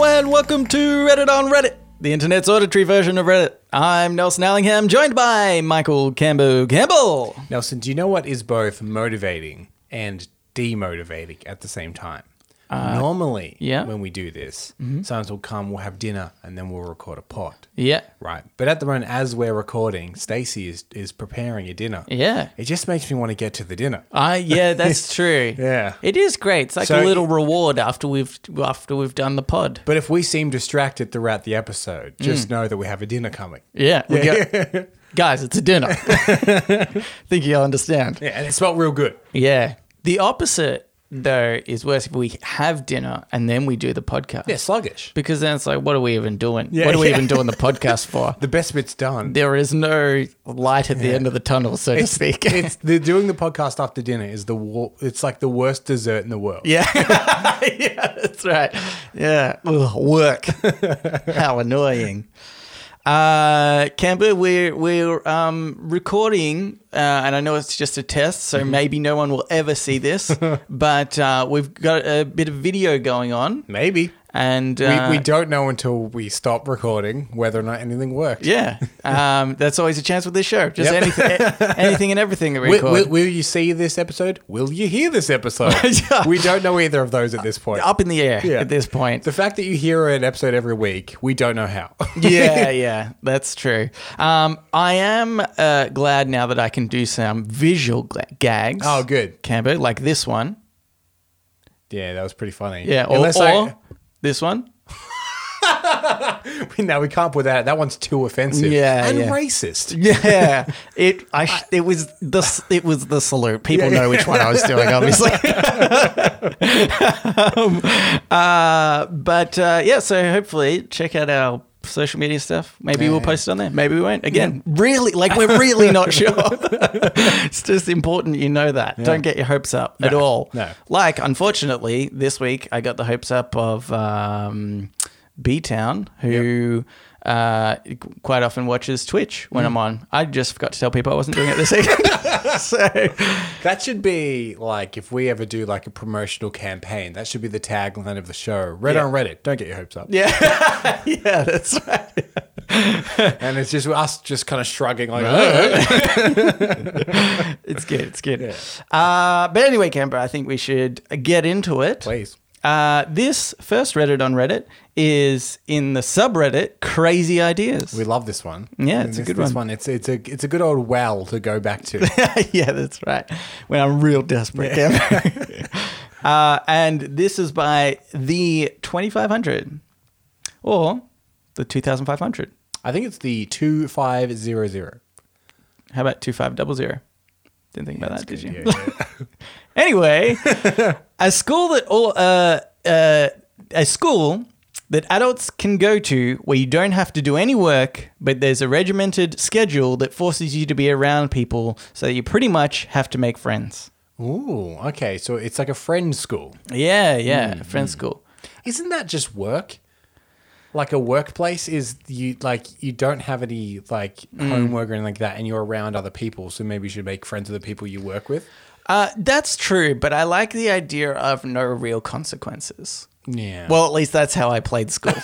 welcome to Reddit on Reddit, the internet's auditory version of Reddit. I'm Nelson Allingham, joined by Michael Cambo Campbell. Nelson, do you know what is both motivating and demotivating at the same time? Normally, Uh, yeah. Mm-hmm. when we do this, sometimes we'll come, we'll have dinner, and then we'll record a pot. Yeah, Right. But at the moment, as we're recording, Stacey is, is preparing a dinner. yeah, It just makes me want to get to the dinner. I yeah, that's true. Yeah. it is great. It's like So- a little reward after we've after we've done the pod. But if we seem distracted throughout the episode, Mm. just know that we have a dinner coming. Yeah, we Got, guys, it's a dinner. Think you'll understand. Yeah, and it smelled real good. Yeah. The opposite, though, is worse if we have dinner and then we do the podcast. Yeah, sluggish. Because then it's like, what are we even doing? what are we yeah. even doing the podcast for? The best bit's done. there is no light at the end of the tunnel, so to speak. It's the doing the podcast after dinner is the war, it's like the worst dessert in the world. yeah. yeah, that's right. Yeah. Ugh, work. How annoying. Uh, Camber, we're we're um, recording, uh, and I know it's just a test, Mm-hmm. so maybe no one will ever see this. but uh, we've got a bit of video going on, Maybe. and We, uh, we don't know until we stop recording whether or not anything works. Yeah, um, that's always a chance with this show. Just Yep. anything, anything and everything that we Will, record. will, will you see this episode? Will you hear this episode? Yeah. We don't know either of those at this point. Up in the air Yeah. at this point. The fact that you hear an episode every week, we don't know how. yeah, yeah, that's true. Um, I am uh, glad now that I can do some visual gla- gags. oh, good. Cambo, like this one. Yeah, that was pretty funny. Yeah, or, Unless I, or this one. no, we can't put that. That one's too offensive. Yeah, and yeah. racist. Yeah, it. I. Sh- it was the. s- It was the salute. People know which one I was doing, obviously. Um, uh, but uh, yeah, so hopefully check out our social media stuff. Maybe we'll post it on there. Maybe we won't. Again, really, like we're really not sure. it's just important you know that. Don't get your hopes up at all. no. Like, unfortunately, this week I got the hopes up of um, B Town, who uh, quite often watches Twitch when I'm on. I just forgot to tell people I wasn't doing it this evening. so, That should be like if we ever do like a promotional campaign. That should be the tagline of the show. Read Yeah. on Reddit. Don't get your hopes up. yeah. yeah, that's right. And it's just us just kind of shrugging like. "Oh, It's good. It's good. Uh, but anyway, Camper, I think we should get into it. Please. Uh, this first Reddit on Reddit is in the subreddit Crazy Ideas. We love this one. Yeah, it's a this, good this one. It's it's a it's a good old well to go back to. yeah, that's right. When I'm real desperate, Camper. uh, and this is by the 2500 or the 2500. I think it's the two five zero zero. How about 2500? Didn't think about that, did you? Yeah, yeah. Anyway, a school that all uh, uh, a school that adults can go to where you don't have to do any work, but there's a regimented schedule that forces you to be around people, so that you pretty much have to make friends. Ooh, okay. So it's like a friend school. Yeah, yeah, Mm, a friend school. Isn't that just work? Like a workplace is you like you don't have any like Mm. homework or anything like that, and you're around other people, so maybe you should make friends with the people you work with. Uh, that's true, but I like the idea of no real consequences. Yeah. Well, at least that's how I played school.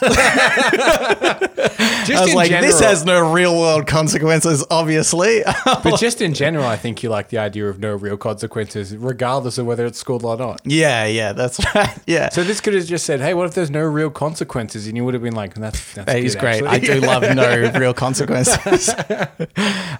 just I was like, this has no real world consequences, obviously. but just in general, I think you like the idea of no real consequences, regardless of whether it's school or not. yeah, yeah, that's right. Yeah. So this could have just said, "Hey, what if there's no real consequences?" And you would have been like, "That's that's That is good, great. actually." I do love no real consequences.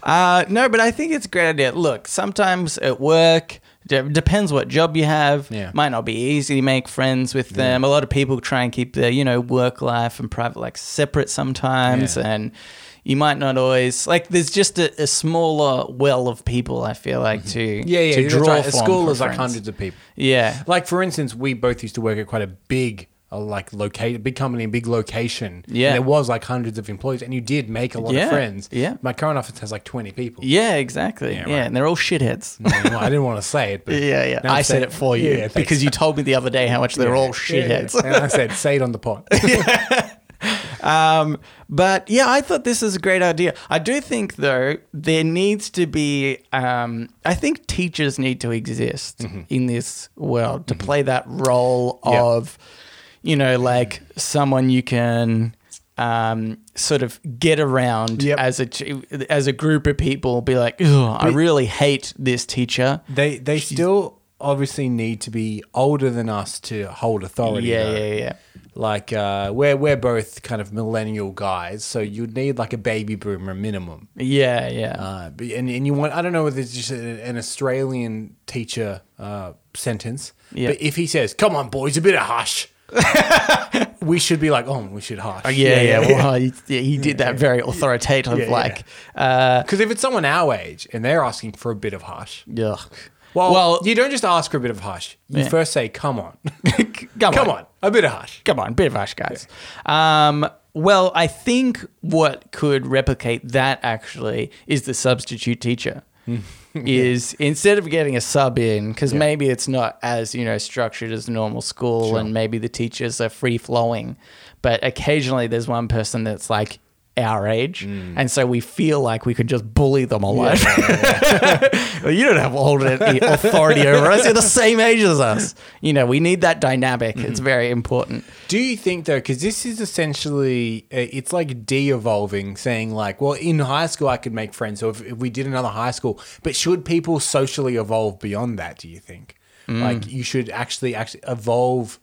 uh, no, but I think it's a great idea. Look, sometimes at work, de- depends what job you have. Yeah. Might not be easy to make friends with them. A lot of people try and keep their, you know, work life and private life separate sometimes. Yeah. And you might not always, like, there's just a, a smaller well of people, I feel like, to, Mm-hmm. Yeah, yeah. to that's draw right. A from school for is like friends. hundreds of people. Yeah. Like for instance, we both used to work at quite a big, uh, like located, big company, big location. Yeah. and there was like hundreds of employees, and you did make a lot Yeah, of friends. yeah. my current office has like twenty people. Yeah, exactly. Yeah, right. and they're all shitheads. Well, I didn't want to say it, but Yeah, yeah. Now I I'm said saying- it for you Yeah, thanks. because you told me the other day how much they're all Yeah, yeah. shitheads. and I said, say it on the pot. Um, but yeah, I thought this is a great idea. I do think though there needs to be. Um, I think teachers need to exist in this world to play that role Mm-hmm. Yeah. of, you know, like someone you can um, sort of get around Yep. as a ch- as a group of people. Be like, "Ugh, I really hate this teacher. They they still obviously need to be older than us to hold authority. Yeah, though. yeah, yeah. Like uh, we're we're both kind of millennial guys, so you'd need like a baby boomer minimum. Yeah, yeah. Uh, but- and, and you want I don't know whether it's just a- an Australian teacher uh, sentence, Yeah. but if he says, "Come on, boys, a bit of hush," we should be like, "Oh, we should hush." Uh, yeah, yeah, Well, he, yeah, he did that very authoritative, Yeah, yeah. like, yeah. Because if it's someone our age and they're asking for a bit of hush, uh, ugh. well, Well- you don't just ask for a bit of hush. You Yeah. first say, "Come on, come, come on. on, a bit of hush." Come on, bit of ash, guys. Um, well, I think what could replicate that actually is the substitute teacher. is instead of getting a sub in, because maybe it's not as you know structured as normal school, and maybe the teachers are free flowing, but occasionally there's one person that's like our age, and so we feel like we could just bully them a lot. Well, you don't have all the authority over us. You're the same age as us. You know, we need that dynamic. It's very important. Do you think though, because this is essentially uh, it's like de-evolving, saying like, well, in high school I could make friends, or if, if we did another high school, but should people socially evolve beyond that? Do you think like you should actually actually evolve,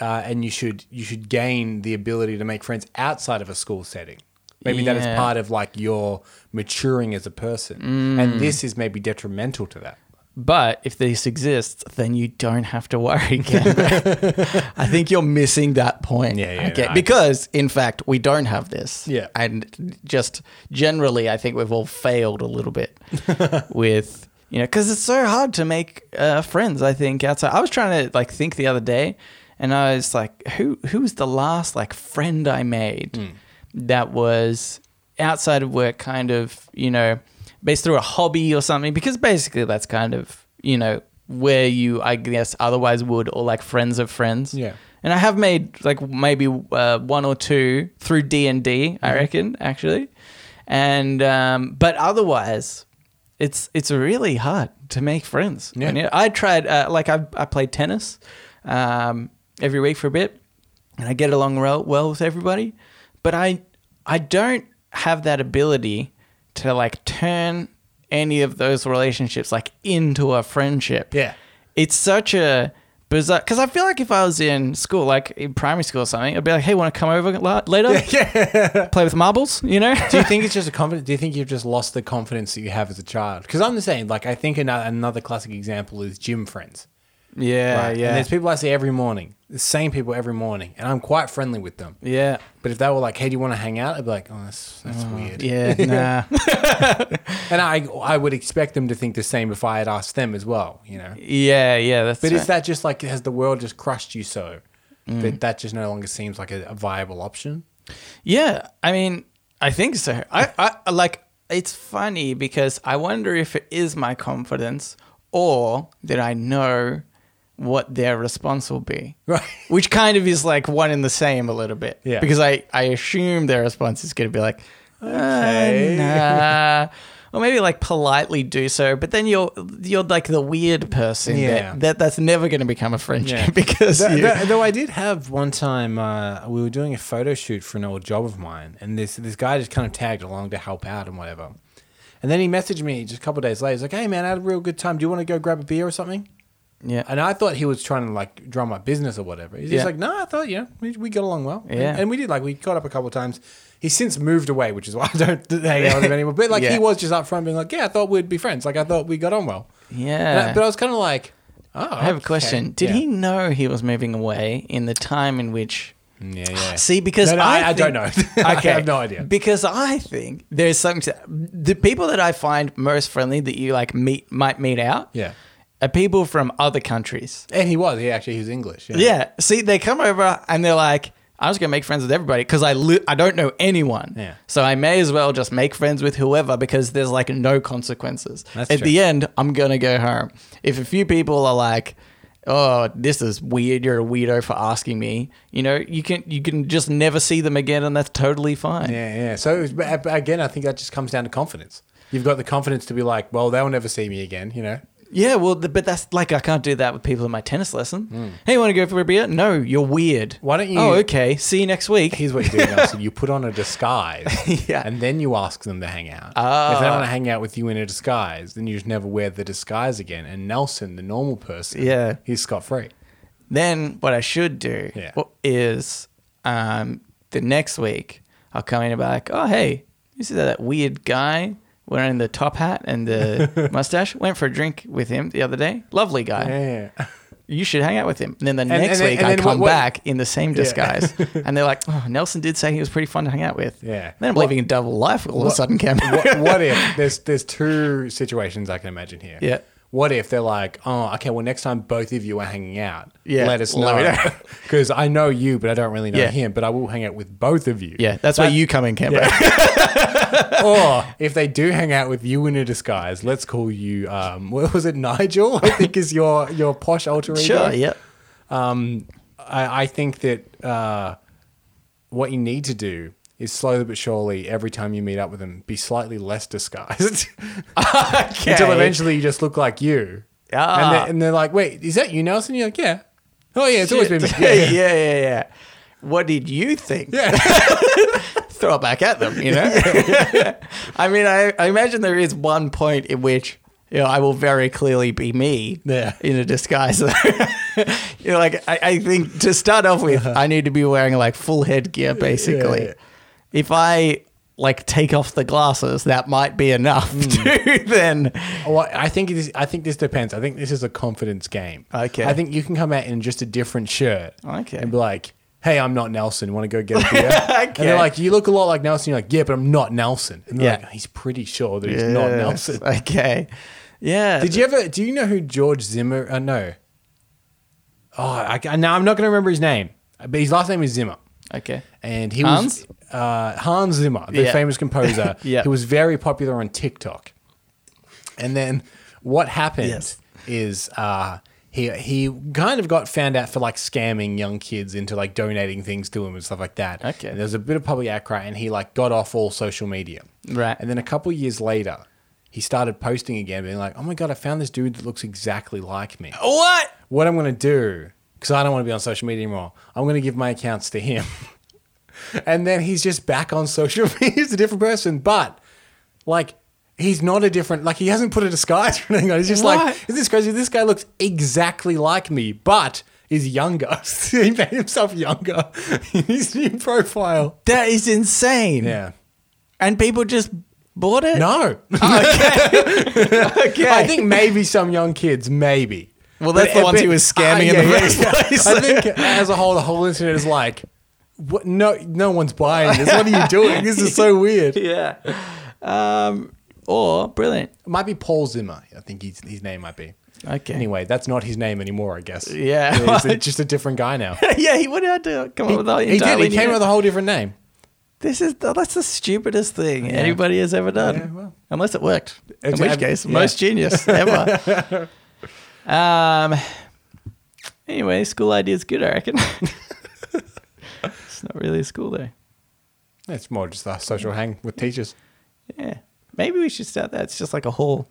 uh, and you should you should gain the ability to make friends outside of a school setting? Maybe that is Yeah. part of like your maturing as a person, and this is maybe detrimental to that. But if this exists, then you don't have to worry. Canberra. I think you're missing that point. Yeah, yeah, Okay. no, I- because in fact, we don't have this. Yeah. And just generally, I think we've all failed a little bit with you know because it's so hard to make uh, friends. I think outside. I was trying to like think the other day, and I was like, who who was the last like friend I made Hmm. that was outside of work, kind of you know, based through a hobby or something? Because basically, that's kind of you know where you I guess otherwise would or like friends of friends. Yeah. And I have made like maybe uh, one or two through D and D, I reckon actually, and um, but otherwise, it's it's really hard to make friends. Yeah. And, you know, I tried uh, like I I played tennis um, every week for a bit, and I get along well well with everybody, but I I don't have that ability to like turn any of those relationships like into a friendship Yeah. it's such a bizarre because I feel like if I was in school, like in primary school or something, I'd be like, "Hey, want to come over la- later? play with marbles, you know?" do you think it's just a confidence? Do you think you've just lost the confidence that you have as a child? Because I'm the same. Like I think another, another classic example is gym friends. yeah, right? And there's people I see every morning, the same people every morning, and I'm quite friendly with them. yeah, But if they were like, "Hey, do you want to hang out?" I'd be like, "Oh, that's that's weird." Mm. yeah, nah, And I I would expect them to think the same if I had asked them as well. You know. yeah, yeah. That's But right. Mm. is that just like has the world just crushed you so that that just no longer seems like a, a viable option? Yeah, I mean, I think so. I, I like it's funny because I wonder if it is my confidence or that I know what their response will be. Right. Which kind of is like one and the same a little bit. Yeah. Because I, I assume their response is going to be like, okay. Okay. nah. Or maybe like politely do so, but then you're you're like the weird person Yeah. that, that that's never going to become a friendship Yeah. because Th- you, th- though I did have one time, uh, we were doing a photo shoot for an old job of mine, and this this guy just kind of tagged along to help out and whatever. And then he messaged me just a couple days later. He's like, "Hey man, I had a real good time. Do you want to go grab a beer or something?" yeah. And I thought he was trying to like drum up business or whatever. He's Yeah. just like, "No, I thought you know we, we got along well." And- Yeah. and, we did like we caught up a couple times. He's since moved away, which is why I don't hang out with him anymore. But like Yeah. he was just up front being like, "Yeah, I thought we'd be friends. Like I thought we got on well." And I- Yeah. but I was kind of like, "Oh, I have a question. Did he know he was moving away in the time in which? Yeah, yeah. See, because No, no, I, I- I think- don't know. I have no idea. Because I think there's something. To, the people that I find most friendly that you like meet might meet out. Yeah. Are people from other countries? And he was. He actually he was English. Yeah. Yeah. See, they come over and they're like, "I was gonna make friends with everybody because I li- I don't know anyone. Yeah. So I may as well just make friends with whoever because there's like no consequences. That's At true. the end, I'm gonna go home. If a few people are like, "Oh, this is weird. You're a weirdo for asking me," you know, you can you can just never see them again, and that's totally fine. Yeah, yeah. So it was, but but again, I think that just comes down to confidence. You've got the confidence to be like, well, they'll never see me again, you know? Yeah, well, th- but that's like I can't do that with people in my tennis lesson. Hey, want to go for a beer? No, you're weird. Hmm. Why don't you- Oh, okay. See you next week. Here's what you do, Nelson. You put on a disguise, Yeah. and then you ask them to hang out. if they want to hang out with you in a disguise, then you just never wear the disguise again. And Nelson, the normal person, Yeah. he's scot free. Then what I should do Yeah. is um, the next week I'll come in and be like, oh, hey, you see that weird guy wearing the top hat and the mustache? Went for a drink with him the other day. Lovely guy. Yeah, You should hang out with him. And then the next and then- week and I then come what- what- back in the same disguise. and they're like, oh, Nelson did say he was pretty fun to hang out with. Yeah. Then I'm living a double life all of a sudden, Cam. what, what if there's there's two situations I can imagine here. Yeah. What if they're like, oh, okay, well, next time both of you are hanging out, Yeah, let us let me know. know. Because I know you, but I don't really know Yeah. him, but I will hang out with both of you. yeah, that's where you come in, Cam. or if they do hang out with you in a disguise, let's call you, um, what was it, Nigel? I think is your, your posh alter ego. Sure, yep. Um, I, I think that uh, what you need to do is slowly but surely, every time you meet up with them, be slightly less disguised. Until eventually you just look like you. Ah. And, they're, and they're like, wait, is that you, Nelson? You're like, yeah. Oh, yeah, it's always been me. Shit. Yeah, yeah, yeah, yeah, yeah. What did you think? Throw it back at them, you know? I mean, I, I imagine there is one point in which, you know, I will very clearly be me Yeah. in a disguise. you know, like, I, I think to start off with, I need to be wearing like full headgear, basically. Uh-huh. yeah. If I like take off the glasses, that might be enough Hmm. to then. Well, I think it is, I think this depends. I think this is a confidence game. Okay. I think you can come out in just a different shirt. Okay. And be like, hey, I'm not Nelson. Want to go get a beer? And Okay. they're like, you look a lot like Nelson. You're like, yeah, but I'm not Nelson. And they're Yeah. like, he's pretty sure that he's not Nelson. Okay. Yeah. Did you ever? Do you know who George Zimmer? Uh, no. Oh, I, I, now I'm not going to remember his name, but his last name is Zimmer, Okay. and he Hans? was uh, Hans Zimmer, the Yeah. famous composer. Yeah. he was very popular on TikTok. And then what happened Yes. is uh, he he kind of got found out for like scamming young kids into like donating things to him and stuff like that. Okay. And there was a bit of public outcry, and he like got off all social media. Right. And then a couple years later, he started posting again, being like, "Oh my god, I found this dude that looks exactly like me. What? What I'm gonna do? Because I don't want to be on social media anymore. I'm gonna give my accounts to him." and then he's just back on social media. he's a different person, but like. He's not a different, like, he hasn't put a disguise or anything on. He's just What? like, is this crazy? This guy looks exactly like me, but is younger. he made himself younger in his new profile. That is insane. Yeah. And people just bought it? No. Okay. I think maybe some young kids, maybe. Well, that's the ones he was scamming in the first place. Ah, I think as a whole, the whole internet is like, what? No, no one's buying this. What are you doing? This is so weird. It Yeah. Um, or, brilliant. might be Paul Zimmer. I think he's, his name might be. Okay. Anyway, that's not his name anymore. I guess. Yeah. he's a- just a different guy now. yeah, he would have to come up with all he did. He came up with a whole different name. This is that's the stupidest thing anybody has ever done, Yeah, well. unless it worked. In Exa- which case, yeah. most genius ever. um. Anyway, school idea's good, I reckon. it's not really a school day. It's more just a social hang with teachers. Yeah, maybe we should start that. It's just like a hall.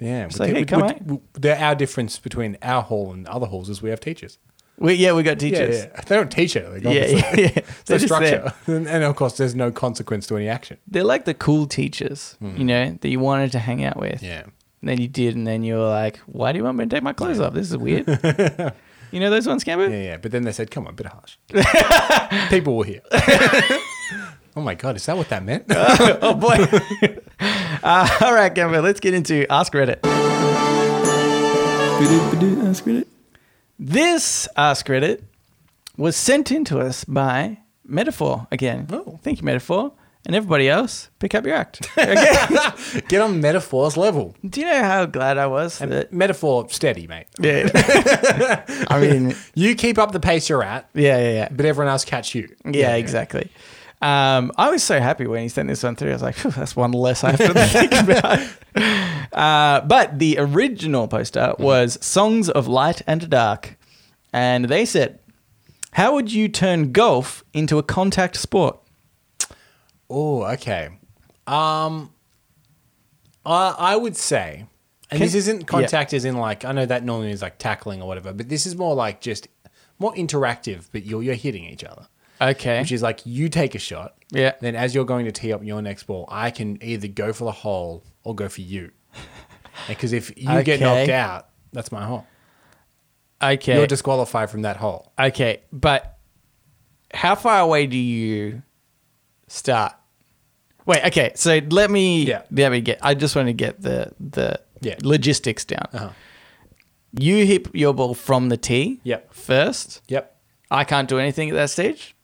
Yeah. like, hey, come on. the, our difference between our hall and other halls is we have teachers. We, yeah, we got teachers. Yeah, yeah. They don't teach it. Like, Yeah, obviously. yeah, yeah. the They're just structure. there. And, and of course, there's no consequence to any action. They're like the cool teachers, you know, that you wanted to hang out with. Hmm. Yeah. And then you did, and then you were like, why do you want me to take my clothes off? This is weird. you know those ones, Camber? Yeah, yeah. But then they said, come on, bit harsh. People were here. oh my God, is that what that meant? Oh, boy. uh, all right, Camber, let's get into Ask Reddit. Ask Reddit. This Ask Reddit was sent in to us by Metaphor again. Oh. Thank you, Metaphor. And everybody else, pick up your act. Get on metaphors level. do you know how glad I was that Metaphor steady, mate. Yeah. I mean, You keep up the pace you're at, yeah, yeah, yeah. but everyone else catch you. Yeah, exactly. Um, I was so happy when he sent this one through. I was like, "Phew, that's one less I have to think about. Uh, but the original poster was Songs of Light and Dark. And they said, How would you turn golf into a contact sport? Oh, okay. Um, I I would say, And this isn't contact as in like I know that normally is like tackling or whatever, but this is more like just more interactive. But you're you're hitting each other, Okay. which is like you take a shot. Yeah. Then as you're going to tee up your next ball, I can either go for the hole or go for you. Because if you Okay. get knocked out, that's my hole. Okay. You're disqualified from that hole. okay, but how far away do you start? Wait. Okay. So let me. Yeah. Let me get. I just want to get the the Yeah. logistics down. Uh-huh. You hit your ball from the tee. Yep. First. Yep. I can't do anything at that stage.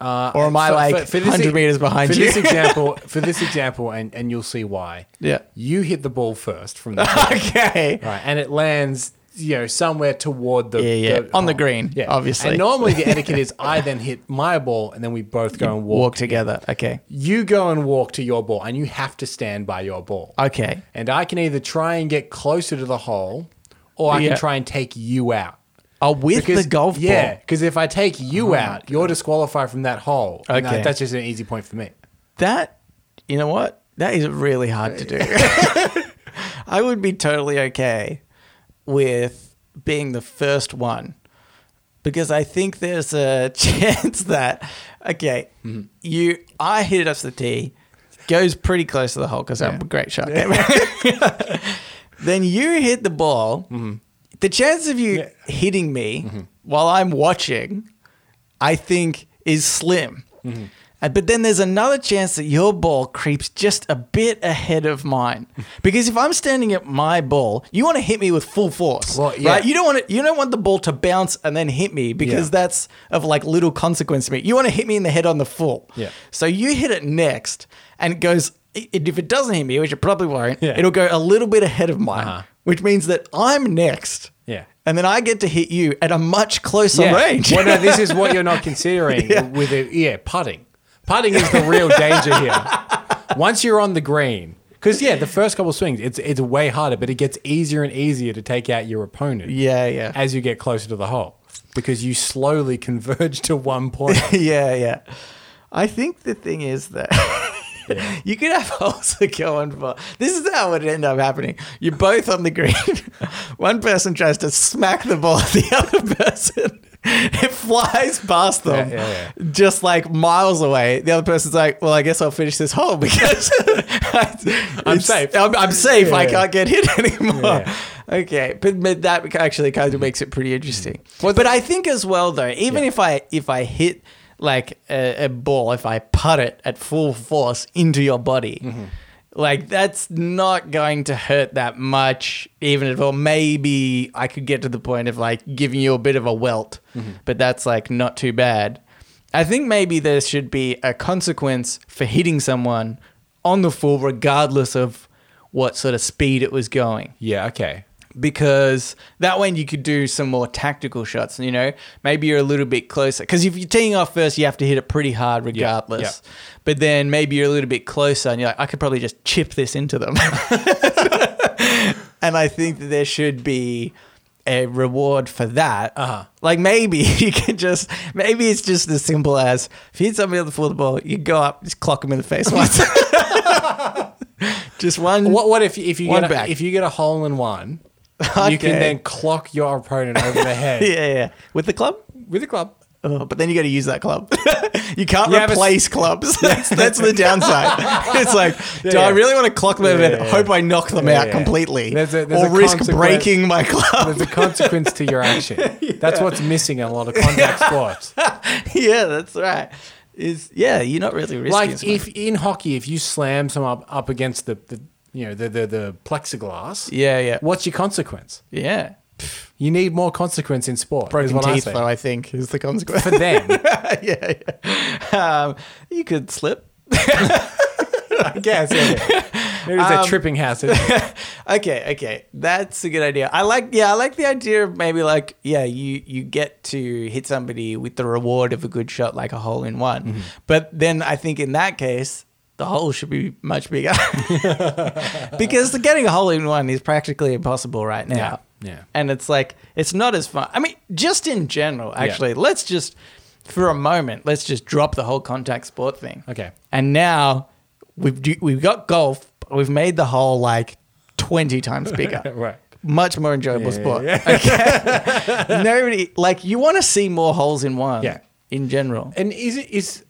Uh, Or am I, like, 100 meters behind for you? this e- example, for this example, and, and you'll see why. Yeah. You hit the ball first from the Okay. Right, and it lands, you know, somewhere toward the Yeah, yeah. On the green, obviously. And normally the etiquette is I then hit my ball, and then we both go and walk. Walk together. Okay. You go and walk to your ball, and you have to stand by your ball. Okay. And I can either try and get closer to the hole, or I Yeah. can try and take you out. Oh, with the golf yeah, ball. Oh because if I take you out, you're disqualified from that hole. And Okay. that- that's just an easy point for me. That, you know what? That is really hard to do. I would be totally okay with being the first one because I think there's a chance that, okay, Mm-hmm. you, I hit it up to the tee, goes pretty close to the hole because I'm a great shot. then you hit the ball. Mm-hmm. The chance of you hitting me while I'm watching, I think, is slim. Mm-hmm. Uh, But then there's another chance that your ball creeps just a bit ahead of mine, because if I'm standing at my ball, you want to hit me with full force, Well, yeah. right? You don't want it, you don't want the ball to bounce and then hit me because Yeah. that's of like little consequence to me. You want to hit me in the head on the full, Yeah. So you hit it next, and it goes. i- If it doesn't hit me, which it probably won't, Yeah. it'll go a little bit ahead of mine, Uh-huh. which means that I'm next. Yeah. And then I get to hit you at a much closer range. Well, no, this is what you're not considering with it. Yeah, putting. Putting is the real danger here. Once you're on the green, because yeah, the first couple swings, it's it's way harder, but it gets easier and easier to take out your opponent. yeah, yeah. As you get closer to the hole, because you slowly converge to one point. yeah, yeah. I think the thing is that you could have holes that go on for. This is how it would end up happening. You're both on the green. One person tries to smack the ball at the other person. It flies past them, Yeah, yeah, just like miles away. The other person's like, "Well, I guess I'll finish this hole because I, I'm it's- safe. I'm, I'm safe. I Yeah. can't get hit anymore." Yeah. Okay, but, but that actually kind of makes it pretty interesting. but I think as well though, even if I if I hit like a, a ball, if I put it at full force into your body, like that's not going to hurt that much. Even if, or maybe I could get to the point of like giving you a bit of a welt, but that's like not too bad. I think maybe there should be a consequence for hitting someone on the full, regardless of what sort of speed it was going yeah. Okay. because that way you could do some more tactical shots. You know, maybe you're a little bit closer because if you're teeing off first, you have to hit it pretty hard regardless. But then maybe you're a little bit closer, and you're like, I could probably just chip this into them. and I think that there should be a reward for that. Uh-huh. Like maybe you can just maybe it's just as simple as if you hit somebody on the floor of the ball, you go up, just clock them in the face once. just one. What what if if you One get back. a, if you get a hole in one, you Okay. can then clock your opponent over the head Yeah, yeah, yeah. With the club. with a club. Oh, but then you got to use that club. you can't Yeah, but- replace clubs. that's, that's the downside. it's like, do yeah. I really want to clock them Yeah, and yeah, yeah. hope I knock them Yeah, out yeah. completely, There's a- there's or a risk consequence. breaking my club? There's a consequence to your action. That's what's missing in a lot of contact sports. yeah, that's right. Is yeah, you're not really risking. like as much. if in hockey, if you slam someone up, up against the, the you know the, the the plexiglass, yeah, yeah, what's your consequence? yeah. You need more consequence in sport. is Broken what I teeth, say. though, I think is the consequence. for them. yeah, yeah. Um, you could slip. I guess. Yeah, yeah. Maybe it's Um, a tripping hazard. okay, okay, that's a good idea. I like, yeah, I like the idea of maybe like, yeah, you you get to hit somebody with the reward of a good shot, like a hole in one. Mm-hmm. But then I think in that case, the hole should be much bigger because getting a hole in one is practically impossible right now. Yeah, yeah. and it's like it's not as fun. I mean, just in general, actually, let's just for a moment, let's just drop the whole contact sport thing. Okay. And now we've do, we've got golf. but We've made the whole like 20 times bigger. Right. Much more enjoyable sport. Okay. Nobody, like, you want to see more holes in one Yeah. in general. And is it is?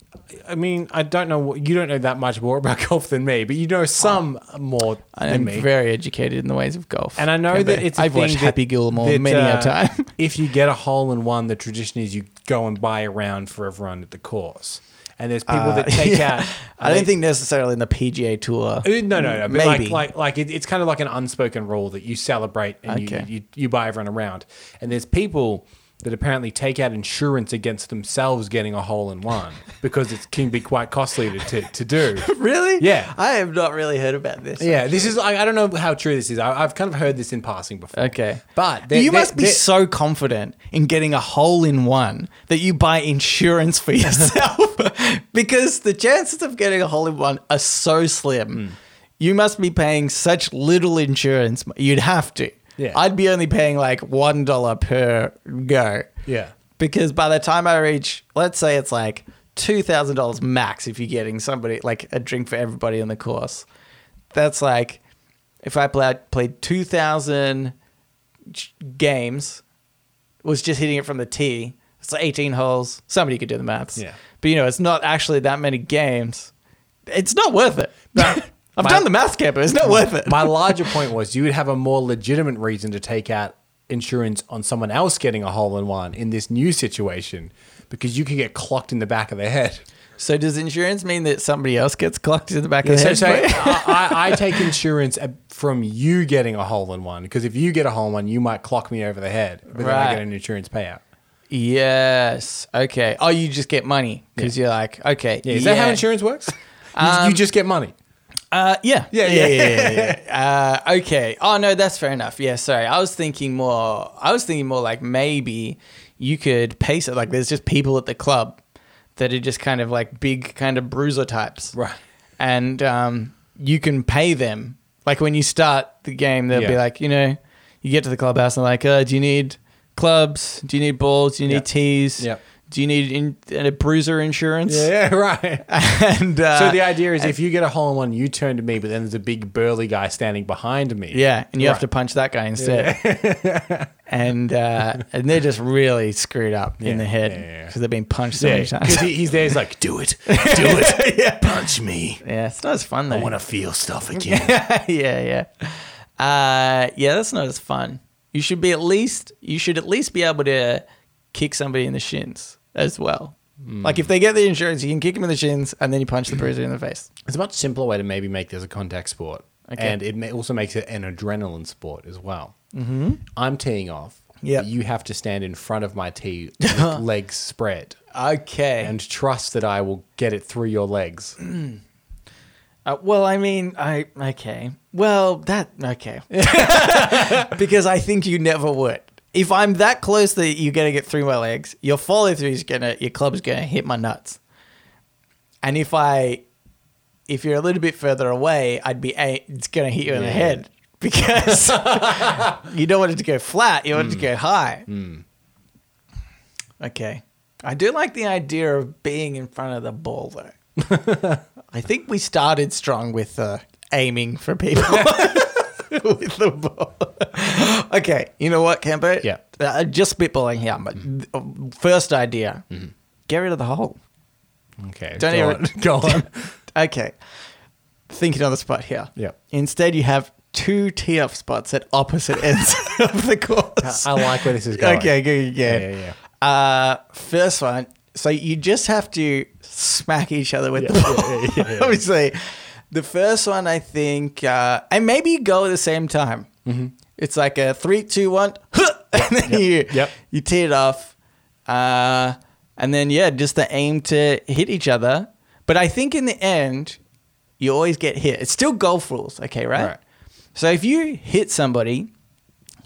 I mean, I don't know. what You don't know that much more about golf than me, but you know some more I than am me. very educated in the ways of golf. and I know Can that uh, be. it's. i I've watched Happy Gilmore many a time. if you get a hole in one, the tradition is you go and buy a round for everyone at the course. And there's people that take out. Uh, I don't think necessarily in the PGA Tour. Uh, No, no, no. But Maybe. Like, like, like it, it's kind of like an unspoken rule that you celebrate and you- Okay. you, you, you buy everyone around. And there's people that apparently take out insurance against themselves getting a hole in one because it can be quite costly to, to, to do. Really? Yeah. I have not really heard about this. Yeah, this is. I, I don't know how true this is. I, I've kind of heard this in passing before. Okay. But there- you there- must be there- so confident in getting a hole in one that you buy insurance for yourself because the chances of getting a hole in one are so slim. Hmm. You must be paying such little insurance. You'd have to. Yeah. I'd be only paying like $1 per go. Yeah. Because by the time I reach, let's say it's like $2,000 max if you're getting somebody, like a drink for everybody on the course. That's like if I played, played 2,000 ch- games, was just hitting it from the tee. It's like 18 holes. Somebody could do the maths. Yeah. But you know, it's not actually that many games. It's not worth it. I've My- done the math camper. It's not worth it. My larger point was you would have a more legitimate reason to take out insurance on someone else getting a hole in one in this new situation because you could get clocked in the back of the head. So does insurance mean that somebody else gets clocked in the back of the So, head? so for it? I, I, I take insurance uh, from you getting a hole in one because if you get a hole in one, you might clock me over the head, but then I Right. get an insurance payout. Yes. Okay. Oh, you just get money because you're like, okay. Yeah, is that how insurance works? You- you, Um, just get money. Uh, yeah. Yeah, Yeah. yeah. Yeah. yeah, yeah. uh, okay. Oh no, that's fair enough. Yeah. Sorry, I was thinking more. I was thinking more like maybe you could pace it. Like there's just people at the club that are just kind of like big kind of bruiser types, Right. And um, you can pay them. Like when you start the game, they'll be Yeah. like, you know, you get to the clubhouse and like, uh, do you need clubs? Do you need balls? Do you need Yeah. tees? Yeah. Do you need in- a bruiser insurance? yeah, right. And uh, So the idea is if you get a hole in one, you turn to me, but then there's a big burly guy standing behind me. Yeah, and you have Right. to punch that guy instead. and uh, and they're just really screwed up in the head yeah, because yeah. they've been punched so many times. Because he, he's there, he's like, do it, do it, punch me. yeah, it's not as fun though. I want to feel stuff again. yeah, yeah, uh, yeah. That's not as fun. You should be at least you should at least be able to kick somebody in the shins as well. Like if they get the insurance, you can kick them in the shins and then you punch the bruiser in the face. it's a much simpler way to maybe make this a contact sport, Okay. and it may also makes it an adrenaline sport as well. Mm-hmm. I'm teeing off. Yep. you have to stand in front of my tee, with legs spread, Okay. and trust that I will get it through your legs. Uh, well, I mean, I okay. Well, that okay. because I think you never would. If I'm that close that you're gonna get through my legs, your follow through is gonna, your club's gonna hit my nuts. And if I, if you're a little bit further away, I'd be, a- it's gonna hit you in the Yeah. head because you don't want it to go flat. You want it to go high. Okay. I do like the idea of being in front of the ball, though. I think we started strong with uh, aiming for people with the ball. okay, you know what, Campo? Yeah. Mm-hmm. Uh, just spitballing here, but th- uh, first idea get rid of the hole. Okay, Don't go even- on. go on. Okay, thinking on the spot here. Yeah. Instead, you have two tee off spots at opposite ends of the course. I like where this is going. Okay, good, good, yeah, good. yeah, yeah. Uh, first one. So you just have to smack each other with the ball. yeah, yeah, yeah. Obviously, the first one I think, uh, and maybe you go at the same time. It's like a three, two, one, huh, and then you Mm-hmm. yep. you tee it off, uh, and then yeah, just the aim to hit each other. But I think in the end, you always get hit. It's still golf rules, okay, right? Right. So if you hit somebody,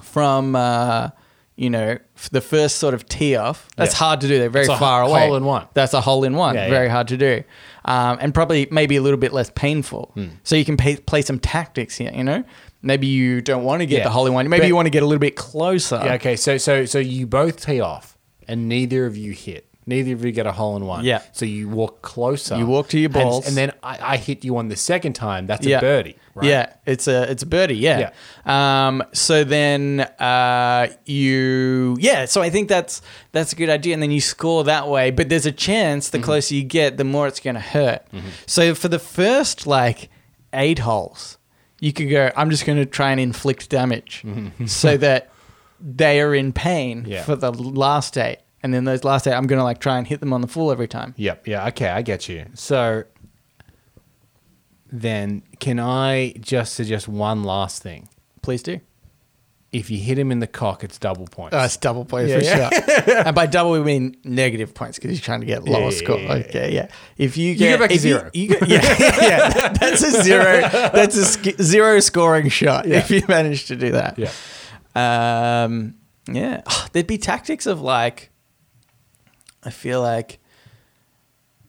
from uh, you know f- the first sort of tee off. That's Yeah. hard to do. They're very That's a far ho- away. hole in one. That's a hole in one. Yeah, very yeah. hard to do, um, and probably maybe a little bit less painful. Hmm. So you can pay, play some tactics here. You know, maybe you don't want to get Yeah. the hole in one. Maybe But- you want to get a little bit closer. Yeah, okay, so so so you both tee off and neither of you hit. Neither of you get a hole in one. Yeah. So you walk closer. You walk to your and- balls. And, then I, I hit you on the second time. That's Yeah. a birdie, right? Yeah, it's a it's a birdie. Yeah. Um. So then, uh, you yeah. So I think that's that's a good idea, and then you score that way. But there's a chance Mm-hmm. the closer you get, the more it's going to hurt. So for the first like eight holes, you could go. I'm just going to try and inflict damage, so that they are in pain Mm-hmm. Yeah. for the last eight, and then those last eight, I'm going to like try and hit them on the full every time. Yep. Yeah. Okay. I get you. So then, can I just suggest one last thing? Please do. If you hit him in the cock, it's double points. Oh, it's double points Yeah, for yeah. sure. and by double, we mean negative points because he's trying to get lower yeah, score. yeah, yeah. Okay, yeah. If you go get, back to if you- zero. you go- yeah, yeah. that- that's a zero. That's a sk- zero scoring shot if you manage to do that. Yeah. Um, yeah. There'd be tactics of like, I feel like,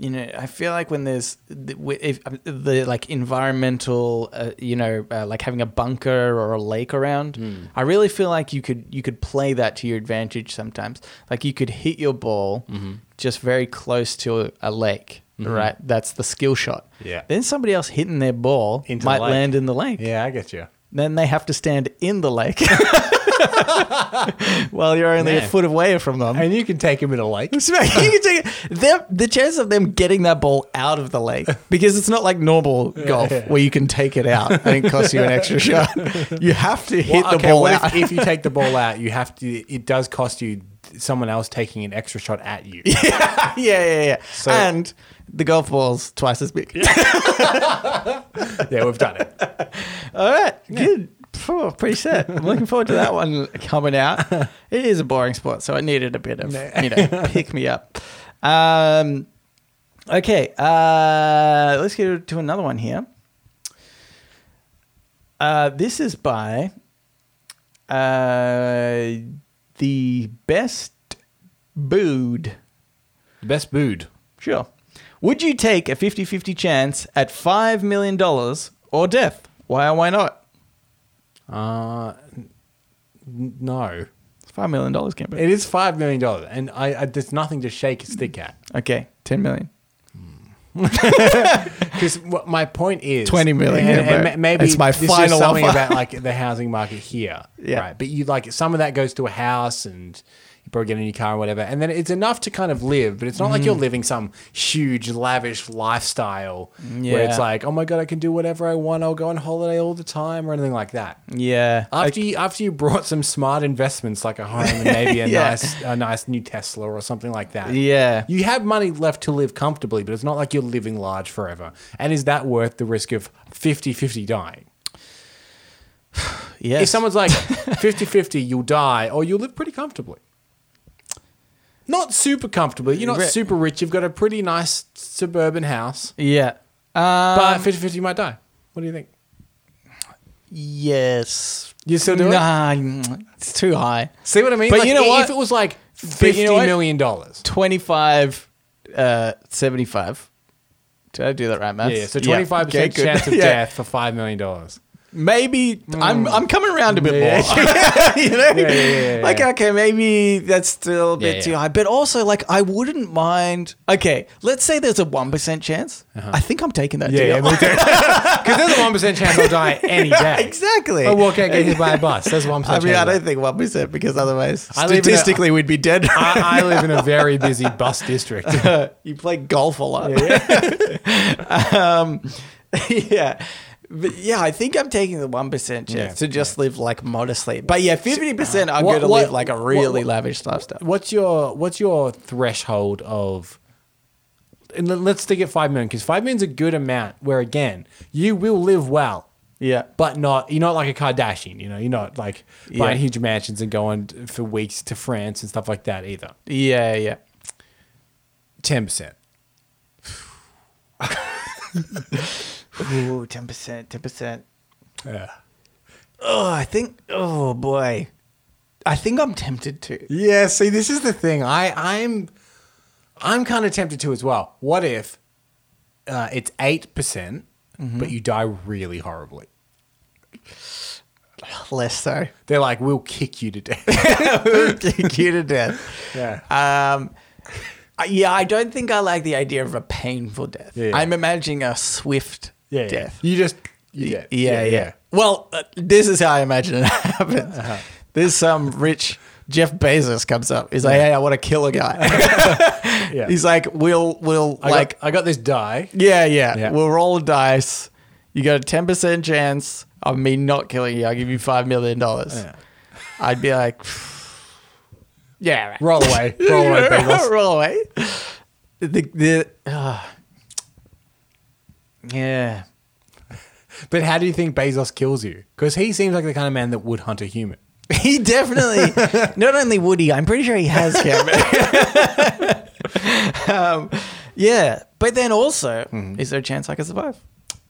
you know, I feel like when there's the, wi- if um, the like environmental, uh, you know, uh, like having a bunker or a lake around, Hmm. I really feel like you could you could play that to your advantage sometimes. Like you could hit your ball Mm-hmm. just very close to a, a lake, right? That's the skill shot. Yeah. Then somebody else hitting their ball Into the might lake. land in the lake Yeah. I get you. then they have to stand in the lake while you're only a Man. foot away from them. And you can take him in a lake. So you can take them, the chance of them getting that ball out of the lake because it's not like normal golf yeah. where you can take it out and it costs you an extra shot. You have to hit Well, the okay, ball what out. If, if you take the ball out, you have to. It does cost you someone else taking an extra shot at you. yeah, yeah, yeah. So- and the golf ball's twice as big. yeah, we've done it. All right, good. Phew, pretty set. I'm looking forward to that one coming out. It is a boring sport, so I needed a bit of you know pick me up. Um, okay, uh, let's get to another one here. Uh, this is by uh, the best booed. Best booed. Sure. Would you take a 50 50 chance at $5 million or death? Why or why not? Uh, n- no, It's $5 million, Campbell. it is five million dollars, and I, I there's nothing to shake a stick at. Okay, 10 million. Because my point is 20 million, and- yeah, and but ma- maybe it's my this is final something offer. about like the housing market here, Yeah. right? But you like some of that goes to a house and. You probably get a new car or whatever, and then it's enough to kind of live, but it's not like Mm-hmm. you're living some huge lavish lifestyle where Mm, Yeah. it's like, oh my god, I can do whatever I want, I'll go on holiday all the time or anything like that. Yeah. After you, after you brought some smart investments like a home and maybe a Yeah. nice a nice new Tesla or something like that. yeah. You have money left to live comfortably, but it's not like you're living large forever. And is that worth the risk of 50-50 dying? Yes. If someone's like 50-50, you'll die or you'll live pretty comfortably. Not super comfortably. You're not Re- super rich. You've got a pretty nice suburban house, yeah. Um, but 50-50 you might die. What do you think? yes. You still do it? nah, mm, it's too high. See what I mean? But Like, you know i- what? If it was like But you fifty know what? million dollars. 25, uh, 75. Did I do that right, Matt? Yeah, so twenty five percent chance of death for five million dollars. Maybe I'm I'm coming around a bit more. you know? yeah, yeah, yeah. Like, okay, maybe that's still a bit Yeah, too yeah. high. But also, like, I wouldn't mind. Okay, let's say there's a 1% chance. Uh-huh. I think I'm taking that deal. because there's a one percent chance I'll die any day. Exactly. I walk out get hit by a bus. There's one I percent. mean, I chance. don't think one percent because otherwise, I live in a- statistically, we'd be dead. I, I live in a very busy bus district. you play golf a lot. um, yeah. But yeah, I think I'm taking the one percent chance Yeah, to just live like modestly. But yeah, fifty percent, I'm What- going to what- live like a what- really what- lavish lifestyle. What's your What's your threshold of? And let- let's stick at five million because five million's a good amount. Where again, you will live well. Yeah, but not you're not like a Kardashian, you know, you're not like Yeah. buying huge mansions and going for weeks to France and stuff like that either. yeah, yeah. Ten percent. Ooh, ten percent, ten percent. Yeah. Oh, I think. Oh boy, I think I'm tempted to. Yeah, see this is the thing. I I'm I'm kind of tempted to as well. What if Mm-hmm. uh, it's eight percent but you die really horribly? Less so. They're like, we'll kick you to death. Uh, Kick you to death. yeah. Um, I- yeah, I don't think I like the idea of a painful death. Yeah. I'm imagining a swift Yeah. yeah. death. You just. you Yeah, get- yeah. Well, uh, this is how I imagine it happens. Uh-huh. There's some rich Jeff Bezos comes up. He's like, "Hey, I want to kill a guy." Yeah. He's like, "We'll, we'll I like, got, I got this die. yeah, yeah, Yeah. We'll roll dice. You got a ten percent chance of me not killing you. I'll give you five million dollars." Yeah. I'd be like, "Yeah, right. Roll away. Roll away, Bezos. roll away." The the ah. yeah. But how do you think Bezos kills you? Because he seems like the kind of man that would hunt a human. He definitely, not only would he, I'm pretty sure he has camera. um, yeah, but then also, is there a chance I could survive?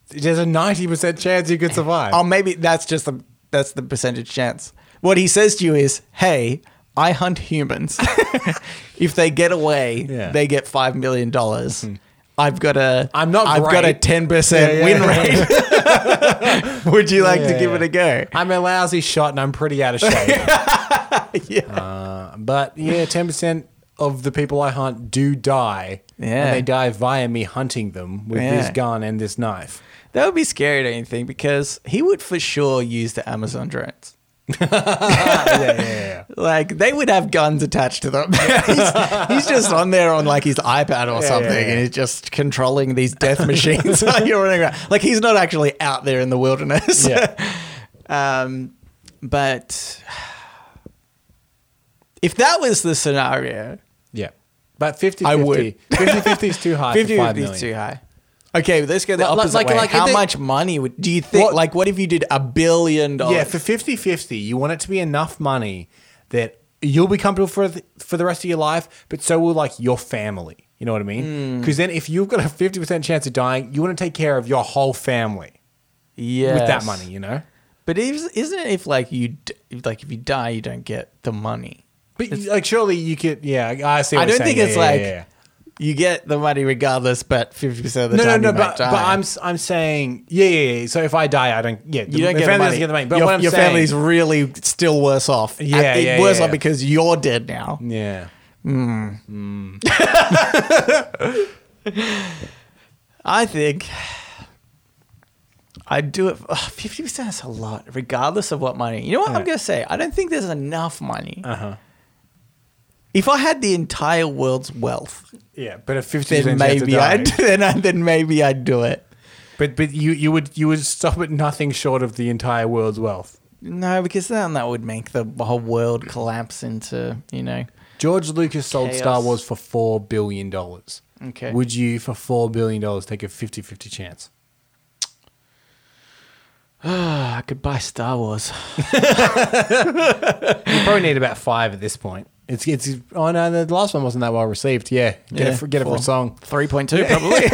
There's a 90% chance you could survive. Oh, maybe that's just the that's the percentage chance. What he says to you is, "Hey, I hunt humans. if they get away, Yeah. Hmm. they get five million dollars. I've got a, I'm not I've got a great. ten percent Yeah, yeah, win yeah. rate. Would you like to Yeah, give yeah. it a go? I'm a lousy shot and I'm pretty out of shape. Yeah, Uh, but yeah, 10% of the people I hunt do die. Yeah. And they die via me hunting them with this Yeah. gun and this knife. that would be scary to anything because he would for sure use the Amazon drones." yeah, yeah, yeah. Like they would have guns attached to them. he's, he's just on there on like his iPad or yeah, something, yeah. and he's just controlling these death machines. while you're running around. Like he's not actually out there in the wilderness. Yeah. um, but if that was the scenario, yeah. But 50 I 50. would. 50 50 is too high. 50 fifty 50 would be too high. Okay, but let's go the Like- opposite like- way. like, if How they- much money would do you think? What- like, what if you did a billion dollars? Yeah, for 50 50, you want it to be enough money that you'll be comfortable for the, for the rest of your life, but so will like your family. You know what I Hmm. mean? Because then if you've got a 50% chance of dying, you want to take care of your whole family with that Yes. money, you know? But is, isn't it if like you d- if, like if you die, you don't get the money? But like, surely you could, yeah, I see I what don't you're saying. think it's Yeah, yeah, like yeah, yeah. you get the money regardless, but fifty percent of the No, no, time no, you but, might but die. I'm s- I'm saying yeah, yeah, yeah. So if I die, I don't yeah. you don't get my the family money. doesn't get the money. But your what I'm your saying, family's really still worse off. Yeah, Uh, yeah, it- yeah, worse yeah. off because you're dead now. yeah, I think I'd do it. Fifty percent is a lot, regardless of what money. You know what I'm Yeah. gonna say? I don't think there's enough money. uh huh, If I had the entire world's wealth, yeah. But a fifty then percent chance of maybe I'd dying. then I, then maybe I'd do it. But but you you would you would stop at nothing short of the entire world's wealth. No, because then that would make the whole world collapse into you know. George Lucas sold Chaos. Star Wars for four billion dollars. Okay. Would you, for four billion dollars, take a 50-50 chance? I could buy Star Wars. You probably need about five at this point. It's it's. Oh no, the last one wasn't that well received. Yeah, get Yeah, it for, get it for four. a song. 3.2 probably.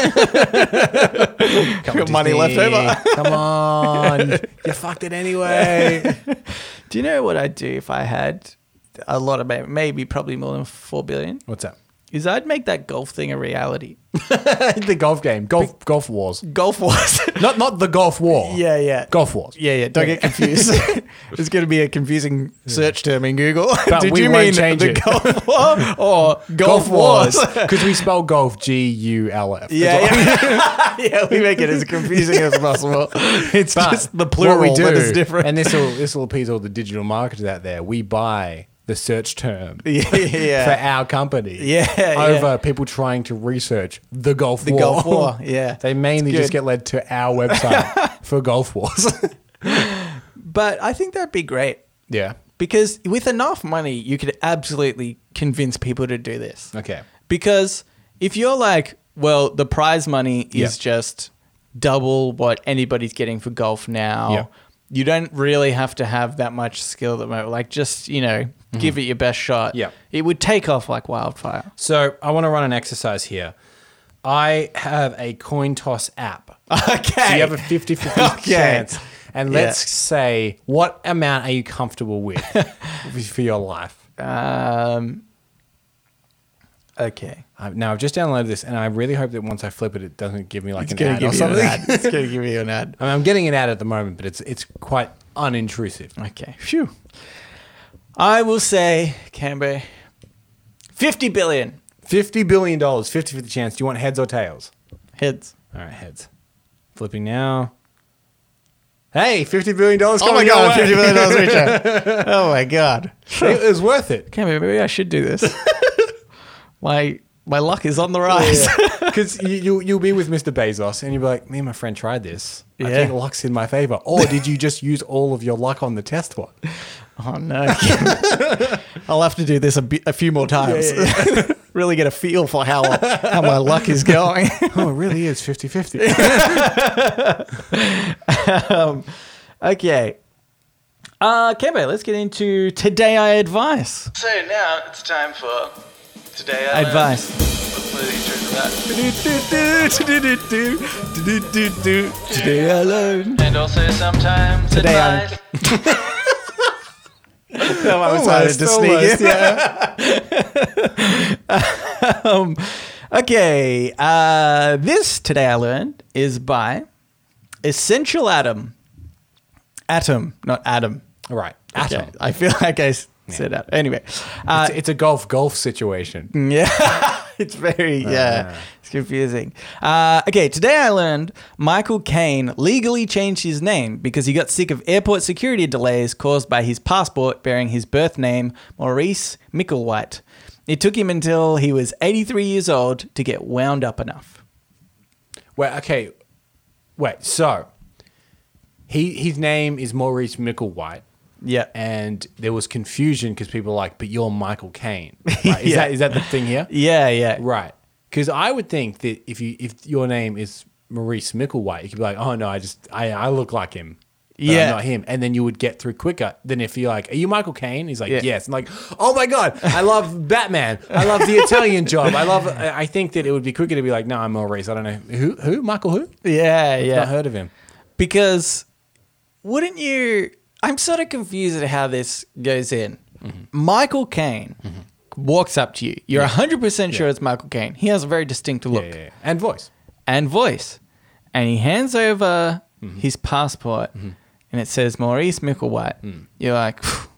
Come Got money left over. Come on. you fucked it anyway. do you know what I'd do if I had a lot of ma- maybe probably more than 4 billion? What's up? Is I'd make that golf thing a reality. the golf game. Golf golf wars. Golf was Not not the golf war. Yeah, yeah. Golf wars. Yeah, yeah, don't get confused. it's going to be a confusing search term in Google. But Did we you won't mean change the it. Gulf War or Golf, Golf, Wars? wars. Because we spell golf G U L F. Yeah, yeah. yeah, we make it as confusing as possible. It's But just the plural what we do, that is different. And this will this will appease all the digital marketers out there. We buy the search term yeah, yeah. for our company. Yeah, yeah. Over people trying to research the golf The war. Gulf War, yeah. They mainly It's just good. get led to our website for golf wars. But I think that'd be great yeah. because with enough money, you could absolutely convince people to do this. Okay. Because if you're like, well, the prize money is Yeah. just double what anybody's getting for golf now. Yeah. You don't really have to have that much skill at the moment. Like, just you know, give it your best shot. Mm-hmm. Yeah. it would take off like wildfire. So I want to run an exercise here. I have a coin toss app. Okay, So you have a 50 50 chance. And Yeah. let's say, what amount are you comfortable with for your life? um, Okay. Uh, now I've just downloaded this, and I really hope that once I flip it, it doesn't give me like It's an gonna ad or give you an something. ad. It's gonna give you an ad. I mean, I'm getting an ad at the moment, but it's it's quite unintrusive. Okay. Phew. I will say, Canberra, fifty billion Fifty billion dollars, fifty fifty chance. Do you want heads or tails? heads. All right, heads. Flipping now. Hey, fifty billion dollars. Oh my god, fifty billion dollars richer. oh my god. it was worth it Canberra, maybe I should do this. my my luck is on the rise. because you, you you'll be with Mr. Bezos and you'll be like, me and my friend tried this. I Yeah. think luck's in my favor. Or did you just use all of your luck on the test one? oh no. I'll have to do this a, bit, a few more times. really get a feel for how how my luck is going. Oh, it really is 50-50. okay. Uh, Kembe, let's get into today I advice. So now it's time for today. I Advice. Today I learn. And also sometimes Today I- advice. No, I Almost, almost, um, okay. Uh, this today I learned is by Essential Atom. Atom, not Adam. All right. Okay, Atom. I feel like I s- said that. Anyway. Uh, It's, it's a golf golf situation. yeah. it's very, Oh, yeah. It's confusing. Uh, okay, today I learned Michael Caine legally changed his name because he got sick of airport security delays caused by his passport bearing his birth name, Maurice Micklewhite. It took him until he was 83 years old to get wound up enough. Wait, okay. Wait, so he his name is Maurice Micklewhite, Yeah. and there was confusion because people were like, "But you're Michael Caine." Right, is Yeah. that is that the thing here? Yeah, yeah. Right, because I would think that if you if your name is Maurice Micklewhite, you could be like, "Oh no, I just I, I look like him." but I'm Yeah. not him, and then you would get through quicker than if you're like, "Are you Michael Caine?" He's like, Yeah. "Yes." I'm like, "Oh my god, I love Batman. I love the Italian Job. I love." I I think that it would be quicker to be like, "No, I'm Maurice. I don't know who who Michael who." Yeah, yeah. Not heard of him. because wouldn't you i'm sort of confused at how this goes in Mm-hmm. michael caine walks up to you you're 100% sure it's michael caine he has a very distinctive look Yeah, yeah, yeah. And voice. and voice and he hands over Mm-hmm. his passport and it says maurice micklewhite Mm. you're like "Phew,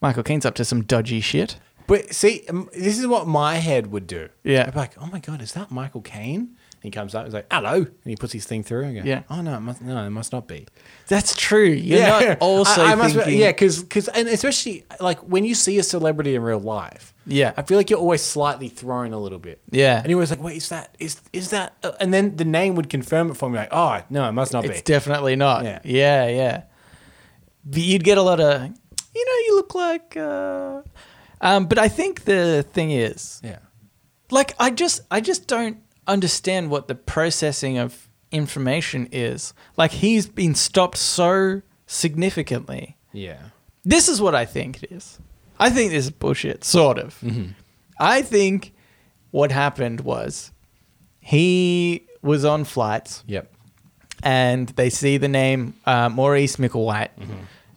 michael caine's up to some dodgy shit But see, um, this is what my head would do. Yeah. I'd be like, oh my God, is that Michael Caine? And he comes up, he's like, hello. And he puts his thing through and goes, Yeah. oh no, it must, no, it must not be. that's true you're not also I- I must be- thinking yeah, because, and especially like when you see a celebrity in real life, Yeah. I feel like you're always slightly thrown a little bit. Yeah. And you're always like, wait, is that, is, is that, uh, and then the name would confirm it for me, like, oh, no, it must not It's be. definitely not. Yeah. Yeah. yeah, But you'd get a lot of, you know, you look like. Uh, um, but I think the thing is, yeah. like, I just, I just don't understand what the processing of information is. Like, he's been stopped so significantly. Yeah. This is what I think it is. I think this is bullshit, sort of. Mm-hmm. I think what happened was he was on flights Yep. and they see the name uh, Maurice Micklewhite Mm-hmm.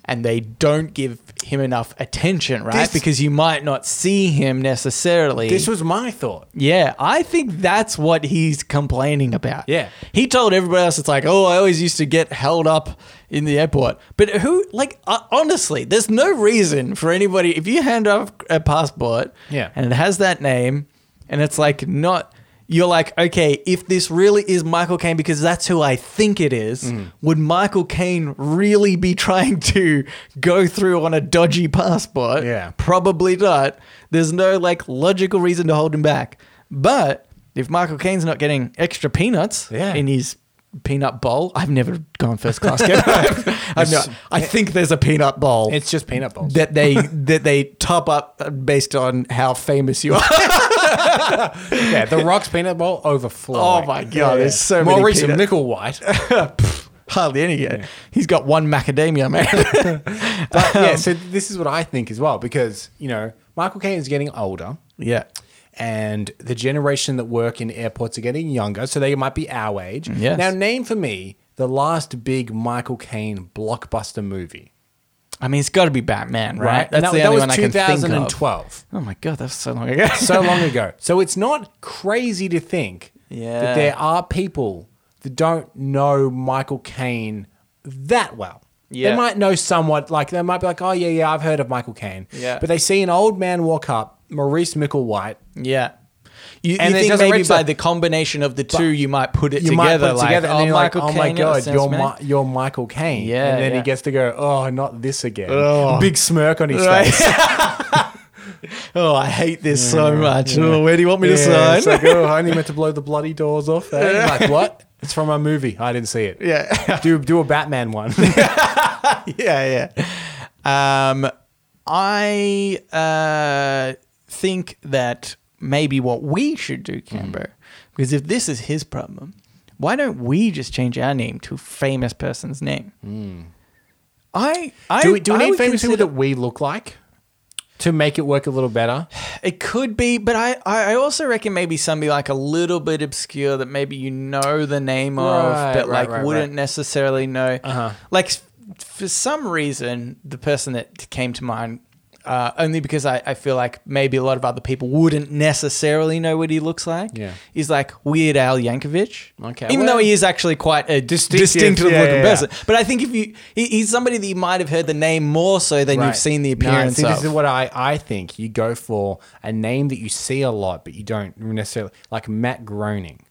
and they don't give him enough attention, right? This- because you might not see him necessarily. This was my thought. yeah, I think that's what he's complaining about. Yeah. He told everybody else, it's like, oh, I always used to get held up in the airport. But who, like, uh, honestly, there's no reason for anybody, if you hand off a passport Yeah. and it has that name and it's like not, you're like, okay, if this really is Michael Caine, because that's who I think it is, Mm. would Michael Caine really be trying to go through on a dodgy passport? Yeah. Probably not. There's no like logical reason to hold him back. But if Michael Caine's not getting extra peanuts Yeah. in his peanut bowl, I've never gone first class. Kev. I've not, I think there's a peanut bowl It's just peanut balls. that they that they top up uh, based on how famous you are. Yeah, The Rock's peanut bowl overflow. Oh my God, there's so More many recent peanut- nickel white. Hardly any. He's got one macadamia man. But yeah, Um, so this is what I think as well because you know Michael Caine is getting older, yeah. and the generation that work in airports are getting younger, so they might be our age. Mm. Yes. Now, name for me the last big Michael Caine blockbuster movie. I mean, it's got to be Batman, right? That's No, the that only was one I can think of. 2012. Oh my god, that's so long ago. so long ago. So it's not crazy to think Yeah. that there are people that don't know Michael Caine that well. Yeah. They might know somewhat, like they might be like, oh, yeah, yeah, I've heard of Michael Caine. Yeah. But they see an old man walk up, Maurice Micklewhite. yeah. You, And you it think doesn't maybe register. by the combination of the two, you might put it You together. might put it like, together oh, and then you're like, Michael oh my Caine, that God, sounds you're, familiar." Mi- you're Michael Caine. Yeah, And then yeah. he gets to go, oh, not this again. Ugh. Big smirk on his Right. face. oh, I hate this so much. Oh, where do you want me to Yeah, sign? it's like, oh, I only meant to blow the bloody doors off. Eh? You're Like, what? It's from a movie. I didn't see it. yeah, do do a Batman one. yeah, yeah. Um, I uh, think that maybe what we should do, Camber, because if this is his problem, why don't we just change our name to a famous person's name? I, I do we, do we I need would famous people consider- that we look like to make it work a little better? It could be, but I, I I also reckon maybe somebody like a little bit obscure that maybe you know the name Right, of, but right, like right, wouldn't right. necessarily know. Uh-huh. Like s- for some reason, the person that came to mind. Uh, only because I, I feel like maybe a lot of other people wouldn't necessarily know what he looks like. Yeah. He's like Weird Al Yankovic. Okay, Even well- though he is actually quite a distinctive, Distinctive, yeah, looking yeah, yeah. person. But I think if you, he, he's somebody that you might have heard the name more so than you've seen the No, appearance see, of. This is what I, I think. You go for a name that you see a lot, but you don't necessarily like Matt Groening,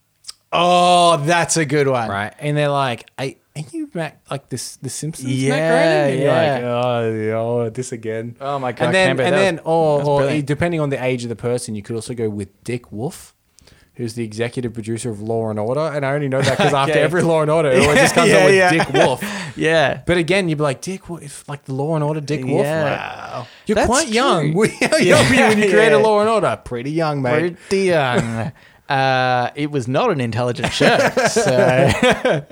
oh, that's a good one. right? And they're like, "Are are you Matt like this the Simpsons Yeah, Matt Groening?" And yeah. you're like, "Oh, yeah, oh, this again." Oh my God, And then, Camber, and that then, was- or, that was or brilliant. depending on the age of the person, you could also go with Dick Wolf. Who's the executive producer of Law and Order? And I only know that because after Okay. every Law and Order, it always just comes Yeah, up with yeah. Dick Wolf. Yeah. But again, you'd be like, Dick, what if like the Law and Order Dick Wolf? Yeah. Like, you're That's quite young. true. How young were you when you Yeah. created Law and Order? Pretty young, mate. Pretty young. Uh, it was not an intelligent show. So,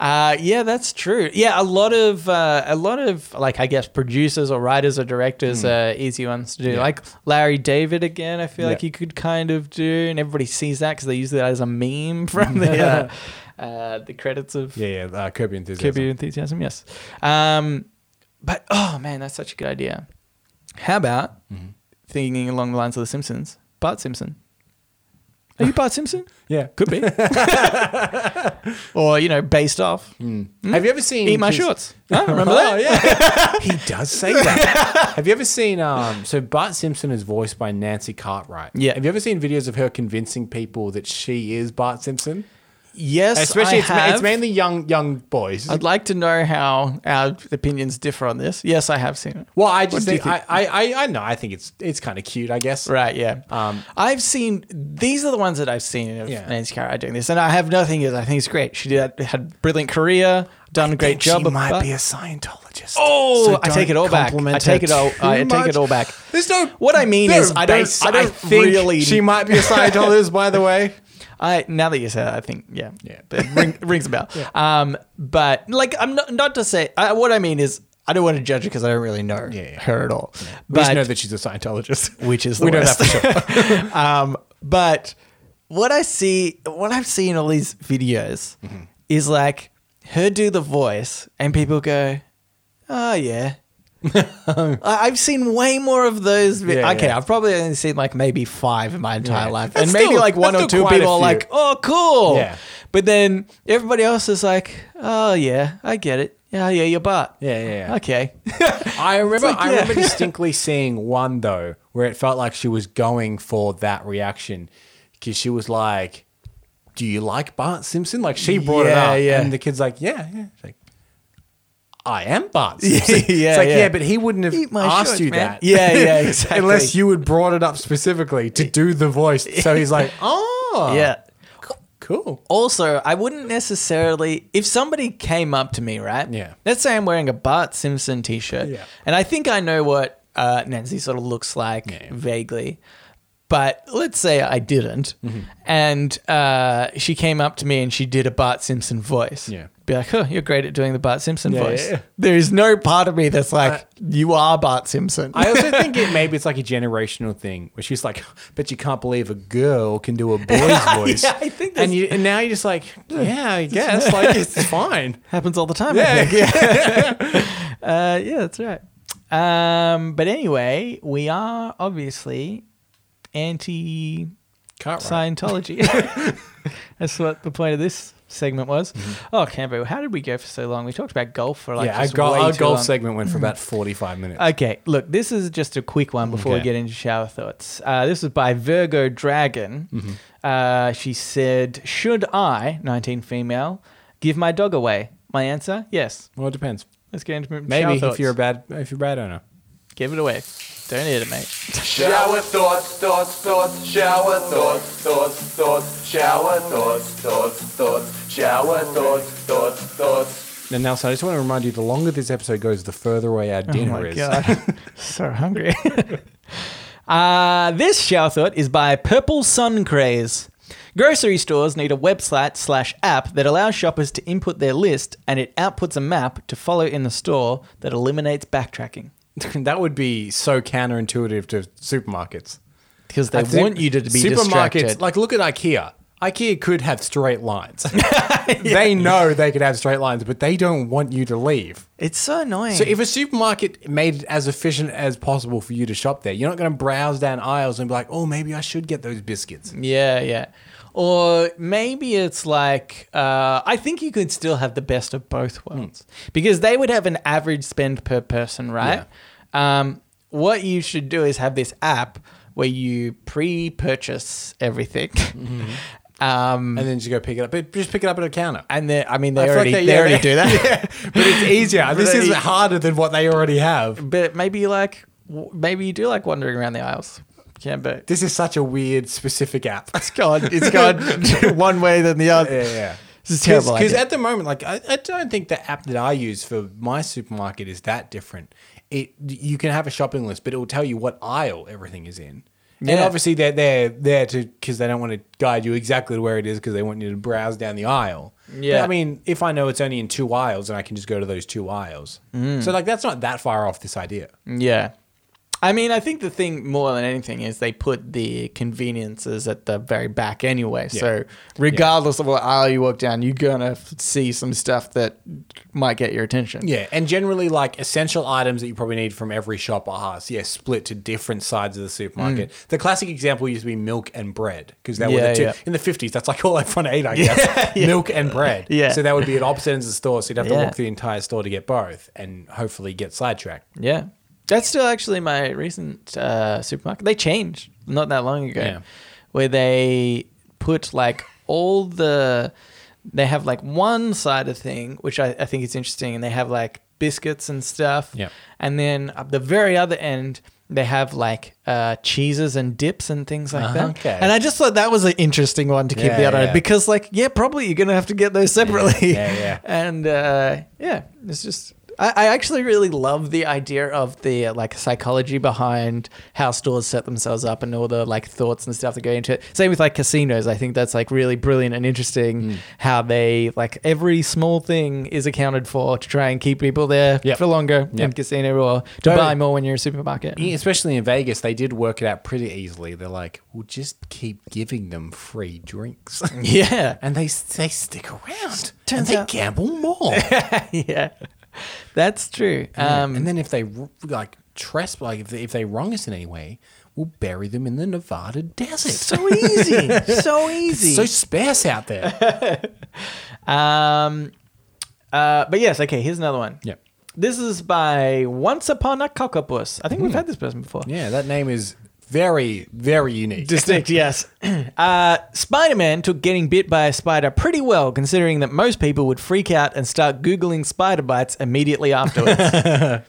uh, yeah, that's true. Yeah, a lot of uh, a lot of like I guess producers or writers or directors Hmm. are easy ones to do. Like Larry David again, I feel like Yeah. you could kind of do, and everybody sees that because they use that as a meme from the uh, uh, the credits of Yeah, yeah. Uh, Kirby enthusiasm. Curb Your Enthusiasm, yes. Um, but oh man, that's such a good idea. How about Mm-hmm. thinking along the lines of The Simpsons? Bart Simpson. Are you Bart Simpson? Yeah. Could be. or you know, based off. Mm. Have you ever seen Hmm? Eat my 'cause- shorts. Huh? Remember Oh that? yeah. he does say that. Have you ever seen um so Bart Simpson is voiced by Nancy Cartwright. Yeah. Have you ever seen videos of her convincing people that she is Bart Simpson? Yes, Especially I it's, ma- have. it's mainly young young boys. I'd like to know how our opinions differ on this. Yes, I have seen it. well, I just do you think, I, I I I know, I think it's it's kind of cute, I guess. Right, yeah. Um, I've seen these are the ones that I've seen of Yeah. Nancy Cartwright doing this, and I have nothing is I think it's great. She did had brilliant career, done a great think job. She might but- be a Scientologist. oh, So I take it don't all back. I compliment take her it all. I too take it all much. back. There's no. What I mean there is, are I don't. base- I don't think really. She might be a Scientologist, by the way. I now that you say that, I think yeah, Yeah. it ring, rings a bell. Um, but like I'm not not to say I, what I mean is I don't want to judge her because I don't really know Yeah, yeah. her at all. We just But know that she's a Scientologist. which is the We know worst. that for um, but what I see, what I've seen in all these videos Mm-hmm. is like her do the voice, and people go, "Oh yeah." I- I've seen way more of those. vi- Yeah, okay, yeah. I've probably only seen like maybe five in my entire Yeah. life, That's and maybe still- like one that's or still two quite a people are few. like, "Oh, cool," Yeah. but then everybody else is like, "Oh yeah, I get it. Oh, Yeah, yeah, your butt. Yeah, yeah, yeah. okay." I remember. like, I yeah. remember distinctly seeing one though, where it felt like she was going for that reaction, because she was like, "Do you like Bart Simpson?" Like she brought Yeah, it up, yeah. and the kid's like, "Yeah, yeah." She's like, I am Bart Simpson. yeah, it's like, yeah. yeah. but he wouldn't have Eat my asked shorts, you man. that. Yeah, yeah, exactly. Unless you had brought it up specifically to do the voice. So he's like, "Oh, yeah. cool." Also, I wouldn't necessarily if somebody came up to me, right? Yeah. Let's say I'm wearing a Bart Simpson t-shirt, Yeah. and I think I know what uh, Nancy sort of looks like Yeah. vaguely, but let's say I didn't, Mm-hmm. and uh, she came up to me and she did a Bart Simpson voice. Yeah. Be like, oh, you're great at doing the Bart Simpson Yeah, voice. yeah, yeah. There is no part of me that's like, you are Bart Simpson. I also think it maybe it's like a generational thing where she's like, "Bet you can't believe a girl can do a boy's voice." Yeah, I think that's- and you and now you're just like, "Yeah, I guess like it's fine." Happens all the time. I Yeah, think. Uh, yeah, that's right. Um, but anyway, we are obviously anti Cartwright. Scientology. That's what the point of this segment was. Oh, Cambo, how did we go for so long? We talked about golf for like Mm-hmm. yeah, our, just go- way our too golf long. segment went for about 45 minutes. Okay, look, this is just a quick one before we Okay. get into shower thoughts. Uh, this is by Virgo Dragon. Mm-hmm. Uh, she said, "Should I, 19 female, give my dog away?" My answer: Yes. well, it depends. Let's get into m- shower Maybe thoughts. if you're a bad if you're a bad owner. give it away. Donate it, mate. Shower thoughts, thoughts, thoughts, shower thoughts, thoughts, thoughts, shower thoughts, thoughts, thoughts, shower thoughts, thoughts, thoughts. And Nelson, I just want to remind you: the longer this episode goes, the further away our Oh dinner my is. god, so hungry. uh, this shower thought is by Purple Sun Craze. Grocery stores need a website slash app that allows shoppers to input their list, and it outputs a map to follow in the store that eliminates backtracking that would be so counterintuitive to supermarkets. because they I think want you to be distracted. Like, look at IKEA. IKEA could have straight lines. They know they could have straight lines, but they don't want you to leave. it's so annoying. So, if a supermarket made it as efficient as possible for you to shop there, you're not going to browse down aisles and be like, "Oh, maybe I should get those biscuits." yeah, yeah. Or maybe it's like uh, I think you could still have the best of both worlds because they would have an average spend per person, right? Um, what you should do is have this app where you pre-purchase everything, Mm-hmm. um, And then just go pick it up, but just pick it up at a counter. and they, I mean they I feel already like they, they- yeah, already they- do that. But it's easier. this Really? is harder than what they already have. But maybe like w- maybe you do like wandering around the aisles. Yeah, but This is such a weird, specific app. it's gone. It's gone one way than the other. yeah. This is a terrible. Because idea. at the moment, like I, I don't think the app that I use for my supermarket is that different. It you can have a shopping list, but it will tell you what aisle everything is in. And Yeah. obviously they're they're there to because they don't want to guide you exactly to where it is because they want you to browse down the aisle. Yeah. But, I mean, if I know it's only in two aisles, and I can just go to those two aisles. Mm. So like that's not that far off this idea. Yeah. I mean, I think the thing more than anything is they put the conveniences at the very back anyway. So, regardless of what aisle you walk down, you're going to see some stuff that might get your attention. Yeah, and generally like essential items that you probably need from every shop are has, yeah, split to different sides of the supermarket. The classic example used to be milk and bread because that were Mm. Yeah, the two yeah. in the fifties. That's like all everyone ate, I guess. Milk and bread. Yeah. So that would be at opposite ends of the store, so you'd have to Yeah. walk through the entire store to get both, and hopefully get sidetracked. Yeah. That's still actually my recent uh, supermarket. They changed not that long ago Yeah. where they put like all the, they have like one side of thing, which I, I think is interesting. And they have like biscuits and stuff. Yeah. And then at the very other end, they have like uh, cheeses and dips and things like that. Okay. And I just thought that was an interesting one to keep Yeah, the other yeah. end because, like, yeah, probably you're going to have to get those separately. yeah, yeah. and uh, yeah, it's just. I, I actually really love the idea of the uh, like psychology behind how stores set themselves up and all the like thoughts and stuff that go into it. Same with like casinos. I think that's like really brilliant and interesting how they like every small thing is accounted for to try and keep people there Yep. for longer in Yep. casino or to Totally. buy more when you're a supermarket. Yeah, Especially in Vegas, they did work it out pretty easily. They're like, "We'll just keep giving them free drinks," Yeah. and they they stick around. and Turns they out- gamble more. yeah. That's true. Um, and then if they r- like tresp like if they, if they wrong us in any way, we'll bury them in the Nevada desert. so easy. so easy. so sparse out there. Um, uh, but yes, okay, here's another one. Yep. This is by Once Upon a Cockapus. I think we've had this person before. yeah, that name is very very unique. Distinct, yes. Uh, Spider Man took getting bit by a spider pretty well, considering that most people would freak out and start Googling spider bites immediately afterwards.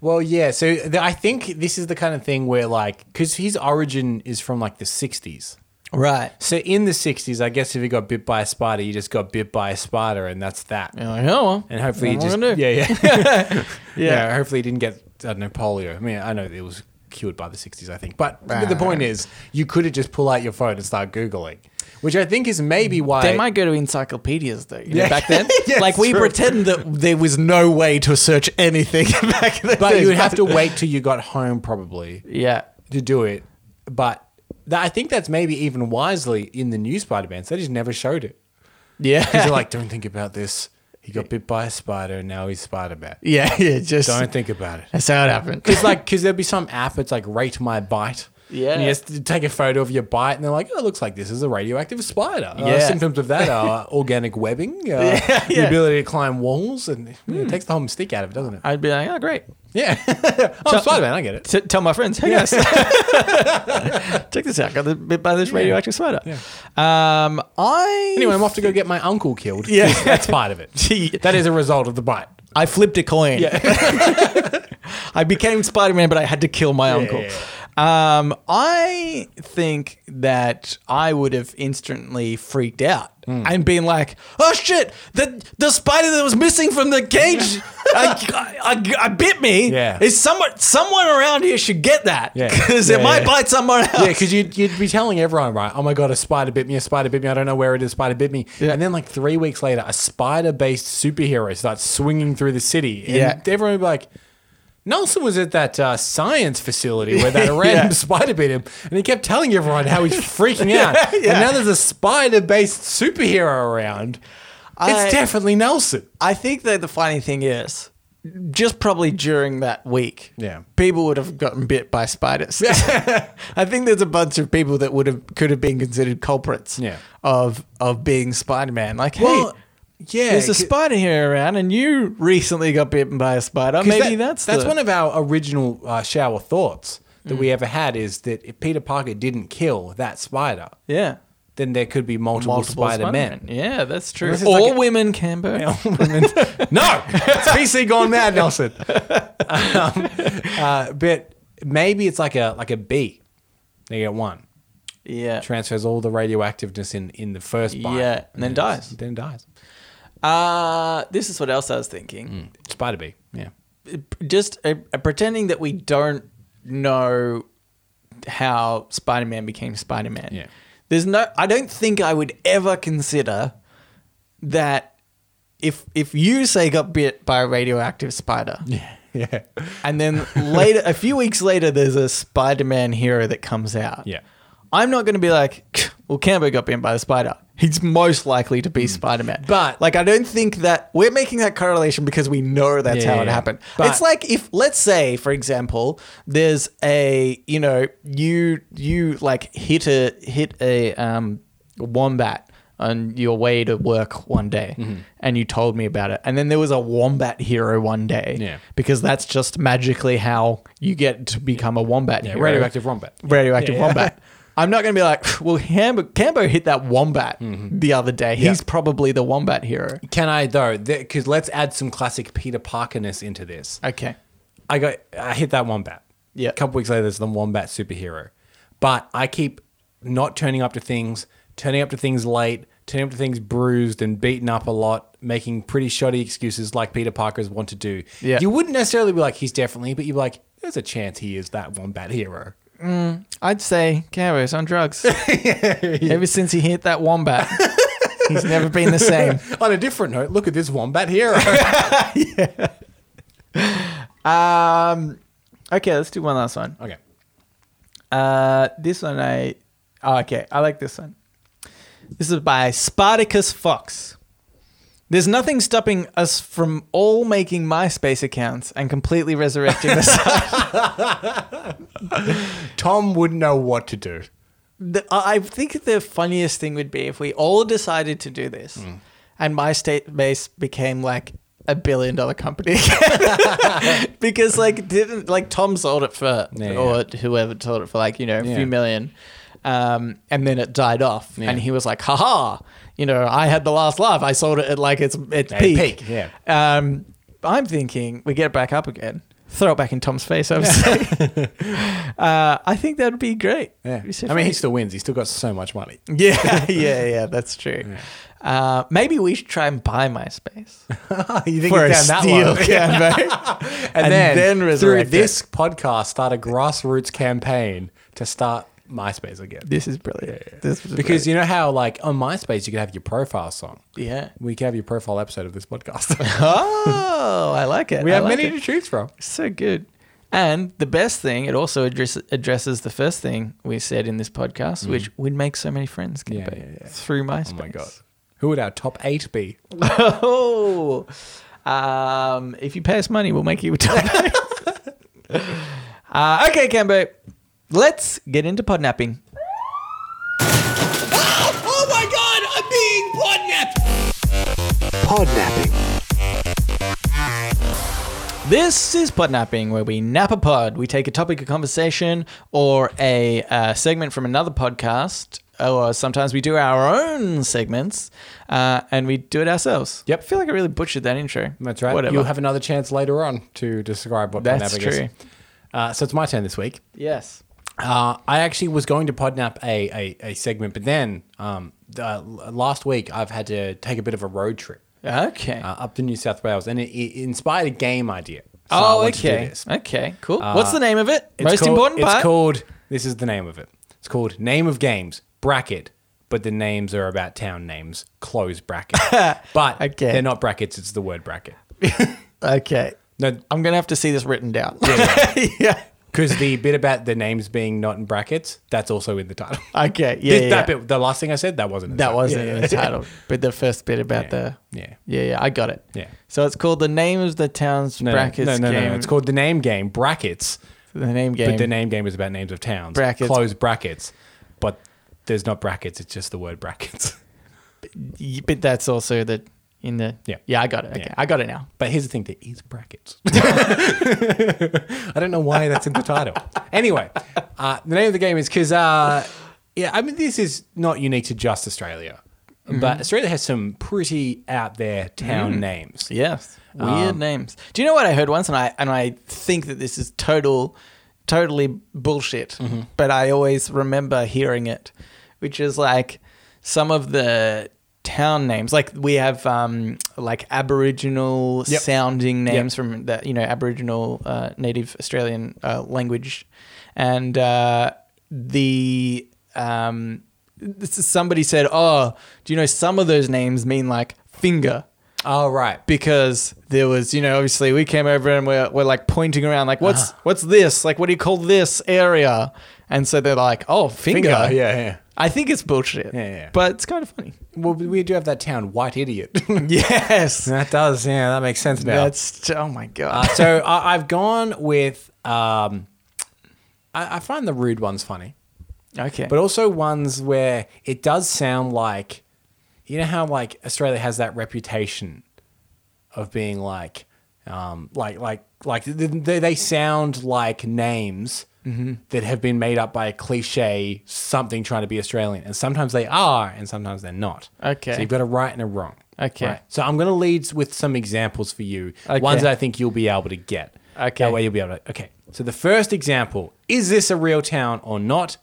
Well, yeah. So th- I think this is the kind of thing where like because his origin is from like the '60s. right. So in the '60s, I guess if you got bit by a spider, you just got bit by a spider, and that's that. You're like, oh, well, And hopefully, you what am I gonna just do? yeah, yeah. Yeah. yeah, Hopefully, he didn't get I don't know polio. I mean, I know it was cured by the '60s, I think. But the point is, you could have just pull out your phone and start googling, which I think is maybe why They might go to encyclopedias though. You know, Yeah. back then, Yeah, like we true. pretend that there was no way to search anything back then. But you would have to wait till you got home probably Yeah. to do it. But that, I think that's maybe even wisely in the new Spider-Man. So they just never showed it Yeah. because they're like, don't think about this. He got bit by a spider and now he's spider bat. Yeah, yeah, just Don't think about it. that's how it happened. It's like because there'd be some app. It's like rate my bite. Yeah. And you just take a photo of your bite, and they're like, "Oh, it looks like this is a radioactive spider." Uh, Yeah. symptoms of that are organic webbing, uh, Yeah, Hmm. yeah. the ability to climb walls, and it takes the whole mystique out of it, doesn't it? I'd be like, oh, great. Yeah. oh, Spider Man, I get it. T- tell my friends, hey guys, check this out. Got the bit by this radioactive spider. Um, I Anyway, I'm off to go get my uncle killed. Yeah. that's part of it. Gee, That is a result of the bite. I flipped a coin. I became Spider Man, but I had to kill my uncle. yeah, Um, I think that I would have instantly freaked out Hmm. and been like, "Oh shit! The the spider that was missing from the cage, I, I, I- I bit me. Yeah. is someone someone around here should get that Yeah. because it Yeah, might yeah. bite someone else. Yeah, because you'd, you'd be telling everyone, right? Oh my god, a spider bit me. A spider bit me. I don't know where it is. Spider bit me. Yeah. And then like three weeks later, a spider-based superhero starts swinging through the city, and Yeah. everyone would be like. Nelson was at that uh, science facility where that random spider bit him, and he kept telling everyone how he's freaking out. yeah. And now there's a spider-based superhero around. I- it's definitely Nelson. I think that the funny thing is, just probably during that week, Yeah. people would have gotten bit by spiders. I think there's a bunch of people that would have could have been considered culprits Yeah. of of being Spider Man. Like, hey, yeah, there's a c- spider here around, and you recently got bitten by a spider. Maybe that's that's the- Mm. one of our original uh, shower thoughts that we ever had is that if Peter Parker didn't kill that spider, yeah. then there could be multiple, Spider Spider-Man. Men. Yeah, that's true. Or This is like a- women, Camber. no, it's PC gone mad, Nelson. Um, uh, but maybe it's like a like a bee. They get one Yeah. transfers all the radioactiveness in in the first bite. Yeah, and then dies. Then dies. Uh, this is what else I was thinking. Spider bee. Yeah. just uh, pretending that we don't know how Spider-Man became Spider-Man. Yeah. There's no I don't think I would ever consider that if if you say got bit by a radioactive spider Yeah. and then later a few weeks later there's a Spider-Man hero that comes out. Yeah. I'm not going to be like, well, Cambo got bitten by the spider. He's most likely to be Spider Man. Hmm. But- like, I don't think that we're making that correlation because we know that's Yeah, how it yeah. happened. But- it's like if, let's say, for example, there's a, you know, you you like hit a hit a um, wombat on your way to work one day, Mm-hmm. and you told me about it, and then there was a wombat hero one day, Yeah. because that's just magically how you get to become a wombat Yeah. hero Radioactive wombat. radioactive Yeah, yeah. wombat. I'm not going to be like, well, Hambo, Cambo hit that wombat Mm-hmm. the other day. He's probably the wombat hero. Can I though? Because let's add some classic Peter Parkerness into this. Okay. I got I hit that wombat. Yeah. A couple weeks later, there's the wombat superhero, but I keep not turning up to things, turning up to things late, turning up to things bruised and beaten up a lot, making pretty shoddy excuses like Peter Parker's want to do. Yeah. You wouldn't necessarily be like he's definitely, but you'd be like, there's a chance he is that wombat hero. I'd say Cambo's on drugs. Ever since he hit that wombat, he's never been the same. On a different note, look at this wombat hero. Um, okay, let's do one last one. okay. Uh, this one I. Oh, okay, I like this one. This is by Spartacus Fox. There's nothing stopping us from all making MySpace accounts and completely resurrecting the site. Tom wouldn't know what to do. The, I I think the funniest thing would be if we all decided to do this, Mm. and my state base became like a billion dollar company because like didn't like Tom sold it for Yeah, or whoever sold it for like you know a Yeah. few million, um, and then it died off, and he was like, haha, you know, I had the last laugh. I sold it at like its its At peak. peak, yeah. Um, I'm thinking we get it back up again. Throw it back in Tom's face, obviously. uh, I think that'd be great. Yeah. It'd be so I mean, funny. he still wins. He's still got so much money. Yeah, yeah, yeah. That's true. Uh, maybe we should try and buy MySpace you think for a he's down that steal, low? Cambo. and, And then then, through resurrect it. this podcast, start a grassroots campaign to start MySpace again. this is brilliant. This was Because you know how, like on MySpace, you could have your profile song. brilliant. yeah. We could have your profile episode of this podcast. Oh, I like it. we I have like many it. to choose from. Oh so good. And the best thing, it also address, addresses the first thing we said in this podcast, which would make so many friends Cambo, Mm. yeah, yeah. through MySpace. Oh my god! Who would our top eight be? oh, um, if you pay us money, we'll make you a top eight. uh, okay, Cambo, let's get into podnapping. Oh my god, I'm being podnapped! This is podnapping, where we nap a pod. We take a topic of conversation or a uh, segment from another podcast, or sometimes we do our own segments uh, and we do it ourselves. Yep. I feel like I really butchered that intro. That's right. Whatever. You'll have another chance later on to describe what That's podnapping is. true. Uh, so it's my turn this week. yes. Uh, I actually was going to podnap a, a, a segment, but then um, uh, last week I've had to take a bit of a road trip Okay. uh, up to New South Wales, and it, it inspired a game idea. So I oh, want to do okay. this. Uh, Okay, cool. What's the name of it? It's Most called- important It's part. called. This is the name of it. It's called Name of Games Bracket, but the names are about town names. Close bracket, but Okay. they're not brackets. It's the word bracket. Okay. No, I'm going to have to see this written down. Yeah. Because the bit about the names being not in brackets, that's also in the title. Okay. Yeah. This- yeah, that yeah. bit, the last thing I said, that wasn't. in the That title. wasn't Yeah, in yeah, the title, but the first bit about the Yeah. yeah yeah I got it. Yeah. So it's called the name of the town's No, no, brackets no, no, no, game. no, It's called the name game brackets, the name game. but the name game is about names of towns. Brackets. close brackets, but there's not brackets. It's just the word brackets. Y- but that's also the in the Yeah. yeah I got it. Okay, Yeah. I got it now. But here's the thing: there is brackets. I don't know why that's in the title. Anyway, uh, the name of the game is because uh, yeah, I mean this is not unique to just Australia, but Australia has some pretty out there town names. Um, Yes. Weird names. Do you know what I heard once? And I and I think that this is total, totally bullshit. Mm-hmm. But I always remember hearing it, which is like some of the town names. Like we have um, like Aboriginal Yep. sounding names from the you know Aboriginal uh, Native Australian uh, language, and uh, the um, this is somebody said, oh, do you know some of those names mean like finger? All right. because there was, you know, obviously we came over and we're, we're like pointing around, like, what's Uh-huh. what's this? Like, what do you call this area? And so they're like, oh, finger. Bingo. Yeah, yeah. I think it's bullshit. Yeah, yeah. But it's kind of funny. Well, we do have that town, White Idiot. Yes. that does. Yeah, that makes sense now. That's, oh my Uh, God. so I, I've gone with. Um, I, I find the rude ones funny. okay. Uh, but also ones where it does sound like you know how like Australia has that reputation of being like um like like like th- they, they sound like names Mm-hmm. that have been made up by a cliche something trying to be Australian and sometimes they are and sometimes they're not Okay. so you've got a right and a wrong Okay. so I'm gonna lead with some examples for you Okay. ones that I think you'll be able to get Okay. that way you'll be able to. Okay. So the first example is this a real town or not?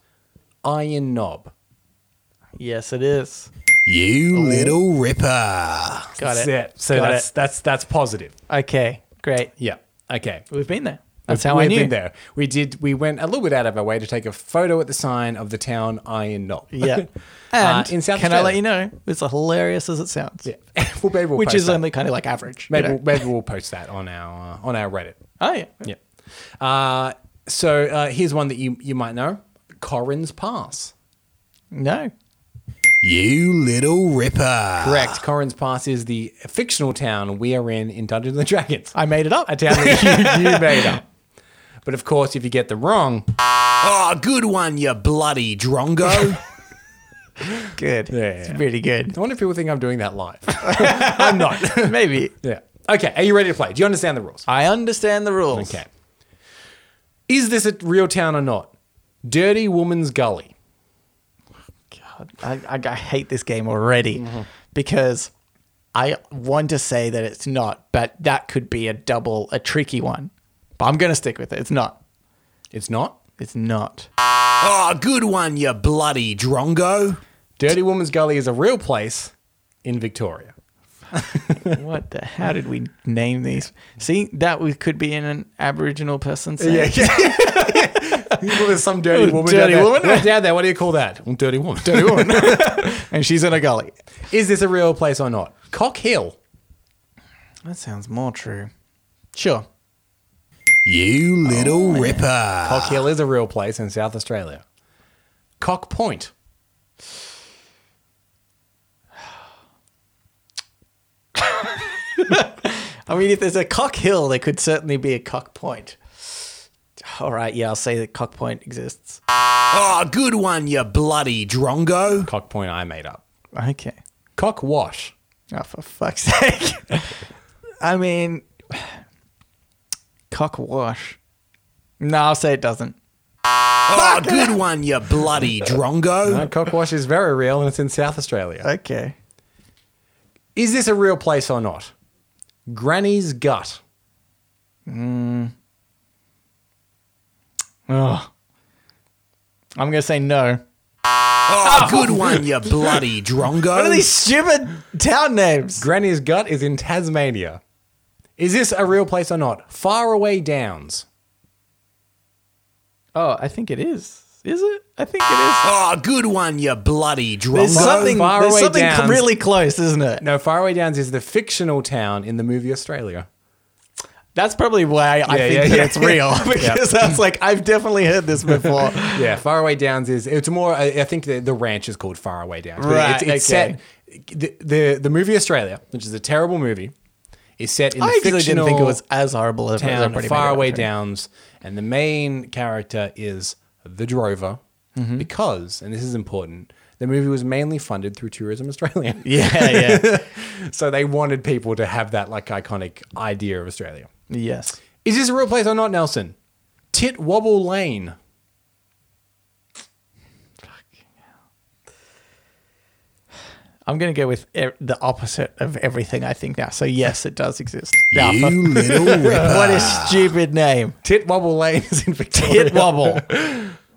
Iron Knob. yes, it is. You little ripper. Got Got Oh. that's it. it. So Got that's, it. that's that's positive. Okay. Great. Yeah. Okay. We've been there. That's We've- how I we've knew. been there. We did. We went a little bit out of our way to take a photo at the sign of the town Iron Knob. Yeah. Uh, And in South can I Australia. let you know? It's hilarious as it sounds. Yeah. well, maybe we'll Which post is that. only kind of like average. you maybe, know? we'll, maybe we'll post that on our uh, on our Reddit. Oh, yeah. Yeah. Uh, so uh, here's one that you you might know. Corin's Pass. No. You little ripper. Correct. Corin's Pass is the fictional town we are in in Dungeons and Dragons. I made it up. A town that you, you made up. But of course, if you get the wrong, oh, good one, you bloody drongo. Good. yeah, It's yeah. really good. I wonder if people think I'm doing that live. I'm not. Maybe. yeah. Okay. Are you ready to play? Do you understand the rules? I understand the rules. Okay. Is this a real town or not? Dirty Woman's Gully. God, I, I, I hate this game already because I want to say that it's not, but that could be a double, a tricky one. But I'm going to stick with it. It's not. It's not. It's not. Oh, good one, you bloody drongo. Dirty Woman's Gully is a real place in Victoria. what the? How did we name these? See, that we could be in an Aboriginal person saying. yeah. well, there's some dirty Oh, woman. dirty down woman? There. Well, down there, what do you call that? Well, dirty woman. Dirty woman. and she's in a gully. Is this a real place or not? Cock Hill. That sounds more true. Sure. You little ripper. Oh, Cock Hill is a real place in South Australia. Cock Point. I mean, if there's a cock hill, there could certainly be a cock point. All right, yeah, I'll say that cock point exists. Oh, good one, you bloody drongo. Cock point I made up. Okay. Cock wash. Oh, for fuck's sake. I mean, cock wash. No, I'll say it doesn't. Oh, good one, you bloody drongo. No, cock wash is very real and it's in South Australia. Okay. Is this a real place or not? Granny's gut. Oh. I'm going to say no. Oh, good one, you bloody drongo. What are these stupid town names? Granny's gut is in Tasmania. Is this a real place or not? Faraway Downs. Oh, I think it is. Is it? I think it is. Oh, good one, you bloody drongo. There's something, there's Faraway something cl- Downs- really close, isn't it? No, Faraway Downs is the fictional town in the movie Australia. That's probably why I Yeah, think yeah, that yeah. it's real because I was like, I've definitely heard this before. Yeah, Faraway Downs is it's more. I, I think the, the ranch is called Faraway Downs. but Right, It's, it's okay. set the, the the movie Australia, which is a terrible movie, is set in the I actually didn't fictional think it was as horrible as town everybody made it out Faraway to be. Downs, and the main character is the drover Mm-hmm. because, and this is important. The movie was mainly funded through Tourism Australia, Yeah, yeah. so they wanted people to have that like iconic idea of Australia. yes. Is this a real place or not, Nelson? Tit Wobble Lane. I'm going to go with e- the opposite of everything I think now. So, yes, it does exist. Yeah, You little whipper. what a stupid name. Tit Wobble Lane is in Victoria. Tit Wobble.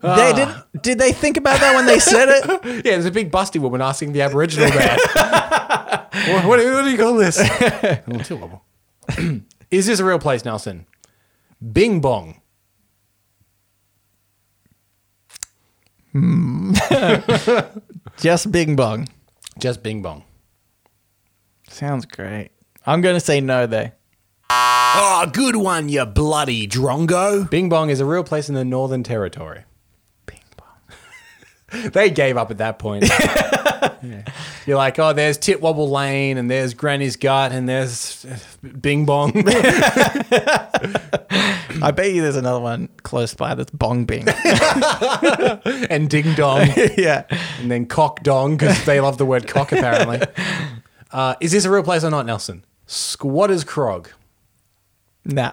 they did, did they think about that when they said it? Yeah, there's a big busty woman asking the Aboriginal man. what, what do- what do you call this? Oh, tit wobble. Is this a real place, Nelson? Bing Bong. Just Bing Bong. Just Bing Bong. Sounds great. I'm going to say no, though. Oh, good one, you bloody drongo. Bing Bong is a real place in the Northern Territory. Bing Bong. They gave up at that point. Yeah. You're like, oh, there's Tit Wobble Lane, and there's Granny's Gut, and there's uh, Bing Bong. I bet you there's another one close by that's Bong Bing. and ding dong, yeah. and then cock dong because they love the word cock apparently. Uh, is this a real place or not, Nelson? Squatters Crog. Nah.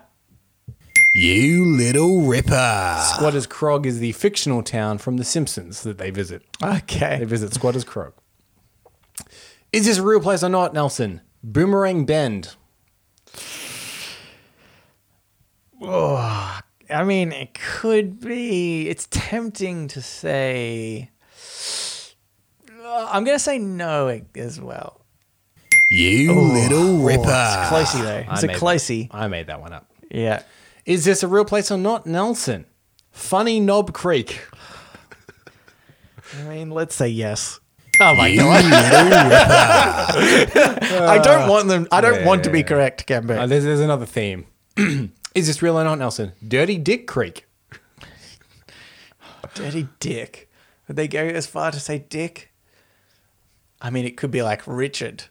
You little ripper. Squatters Crog is the fictional town from The Simpsons that they visit. They Okay. visit Squatters Crog. Is this a real place or not, Nelson? Boomerang Bend. I mean, it could be. It's tempting to say. Uh, I'm going to say no as well. You little ripper. It's closey, though. It's a closey. oh, I made that one up. Yeah. Is this a real place or not, Nelson? Funny Knob Creek. I mean, let's say yes. Oh my god! I don't want them. I don't want to be correct, Uh, Gambo. there's, there's another theme. Is this real or not, Nelson? Dirty Dick Creek. Dirty dick. Would they go as far to say dick? I mean, it could be like Richard,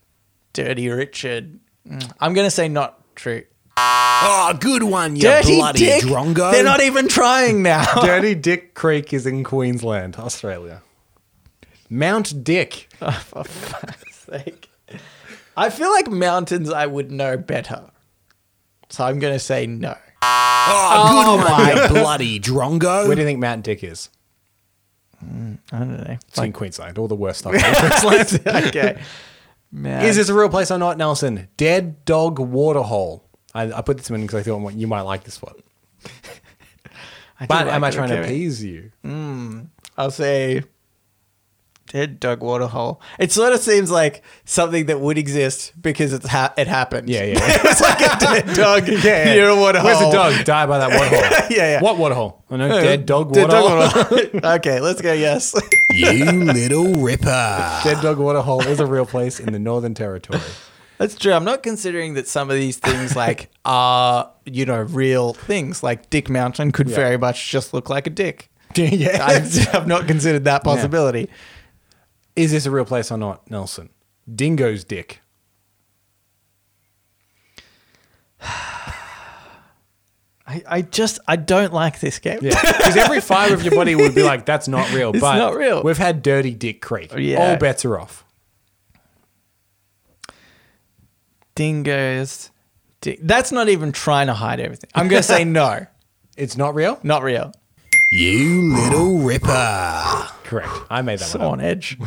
Dirty Richard. Mm, I'm gonna say not true. Oh, good one, you Dirty dick. They're not even trying now. Dirty Dick Creek is in Queensland, Australia. Mount Dick. For fuck's sake. I feel like mountains. I would know better, so I'm gonna say no. Oh, my bloody drongo. Where do you think Mount Dick is? I don't know. It's in Queensland. All the worst stuff. is Queensland. okay. Man. Is this a real place or not, Nelson? Dead Dog Waterhole. I, I put this one because I thought you might like this one. I But do am I like it, Mm. trying to okay. appease you? I'll say dead dog waterhole. It sort of seems like something that would exist because it's ha- it happened. Yeah, yeah. it's like a dead dog yeah, near a waterhole. Where's the dog? Die by that waterhole. Yeah, yeah. What waterhole? I know. Dead dog Dead waterhole. dog waterhole. okay, let's go. Yes. you little ripper. Dead dog waterhole is a real place in the Northern Territory. That's true. I'm not considering that some of these things like are you know real things like Dick Mountain could very much just look like a dick. yeah. I've, I've not considered that possibility. is this a real place or not, Nelson? Dingo's dick. I, I just I don't like this game. Yeah, because every fiber of your body would be like, "That's not real." It's but not real. Oh, We've had Dirty Dick Creek. Yeah. All bets are off. Dingoes. Di- That's not even trying to hide everything. I'm gonna say no, It's not real. not real. You little ripper. Correct. I made that So one. Up. on edge.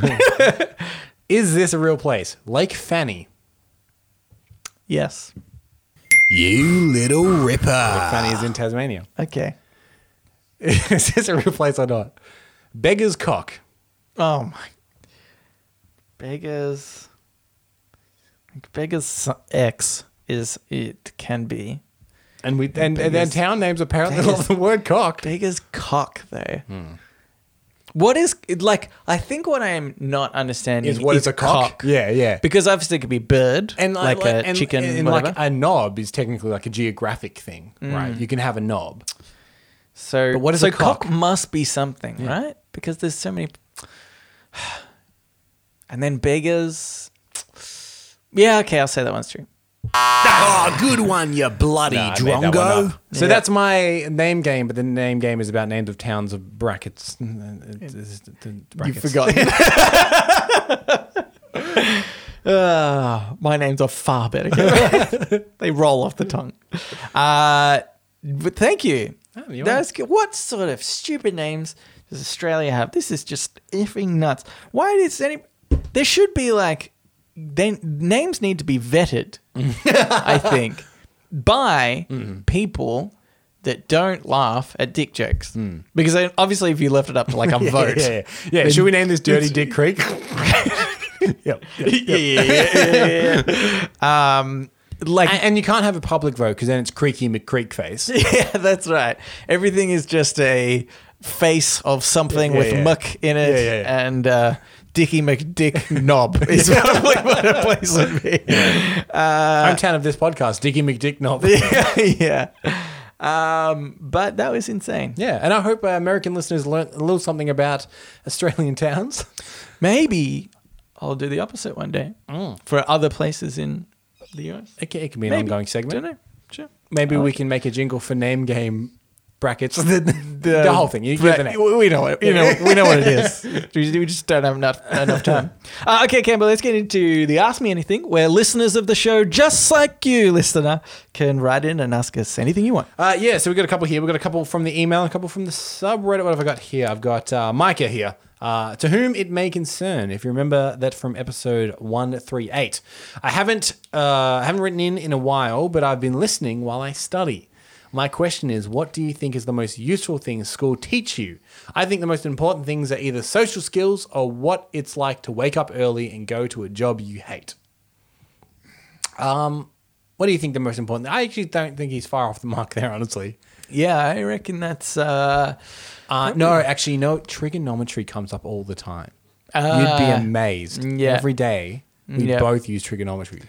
Is this a real place? Lake Fanny. yes. You little ripper. Lake Fanny is in Tasmania. Okay. is this a real place or not? Beggar's cock. Oh my. Beggars. Beggars X is it can be. And we and, and their Beggar's- town names apparently Beggar's- love the word cock. Beggars cock though. Hmm. What is it like? I think what I am not understanding Is what is a cock? Yeah, yeah. Because obviously it could be bird, and like, a and- chicken, and whatever. Mm. like a knob is technically like a geographic thing, right? You can have a knob. so what is so a cock? Must be something, right? Because there's so many. And then beggars. Yeah, okay, I'll say that one's true. Oh, good one, you bloody Nah, I made that one drongo. up. so Yeah. that's my name game, but the name game is about names of towns of brackets. It's- brackets. forgotten. Ah, my names are far better. they roll off the tongue. Uh, but thank you. Oh, you're That's good. What sort of stupid names does Australia have? This is just effing nuts. Why does any? There should be like, they, names need to be vetted. I think by Mm-hmm. people that don't laugh at dick jokes because I, obviously if you left it up to like a Mm. Yeah, vote Yeah, yeah. yeah. Then Should we name this Dirty it's- Dick Creek? yep. yep. yeah, yeah, yeah, yeah, yeah, yeah. Um, like, And, and you can't have a public vote because then it's Creaky McCreekface. yeah, that's right. Everything is just a face of something Yeah, with yeah. muck in it, Yeah, yeah, yeah. and uh, Dickie McDick Knob is probably what a place would be. Uh, Hometown of this podcast, Dicky McDick Knob. Yeah, Um, but that was insane. Yeah, and I hope uh, American listeners learn a little something about Australian towns. Maybe I'll do the opposite one day for other places in the US. It can, it can be Mm. an Maybe. ongoing Don't segment. know. Sure. Maybe we can make a jingle for name game brackets. Oh. The, the, whole thing. You get the Right. name. We we know it. You know, we know what it is. We we just don't have enough, enough time. Uh, okay, Campbell, let's get into the Ask Me Anything, where listeners of the show, just like you, listener, can write in and ask us anything you want. Uh, yeah, so we've got a couple here. We've got a couple from the email, a couple from the subreddit. What have I got here? I've got uh, Micah here. Uh, to whom it may concern, if you remember that from episode 138. I haven't, uh, haven't written in in a while, but I've been listening while I study. My question is, what do you think is the most useful thing school teach you? I think the most important things are either social skills or what it's like to wake up early and go to a job you hate. What do you think the most important? I actually don't think he's far off the mark there, honestly. Yeah, I reckon that's. Uh, Uh, no, actually, no. Trigonometry comes up all the time. You'd be Ah, amazed. yeah. Every day, we Yeah. both use trigonometry.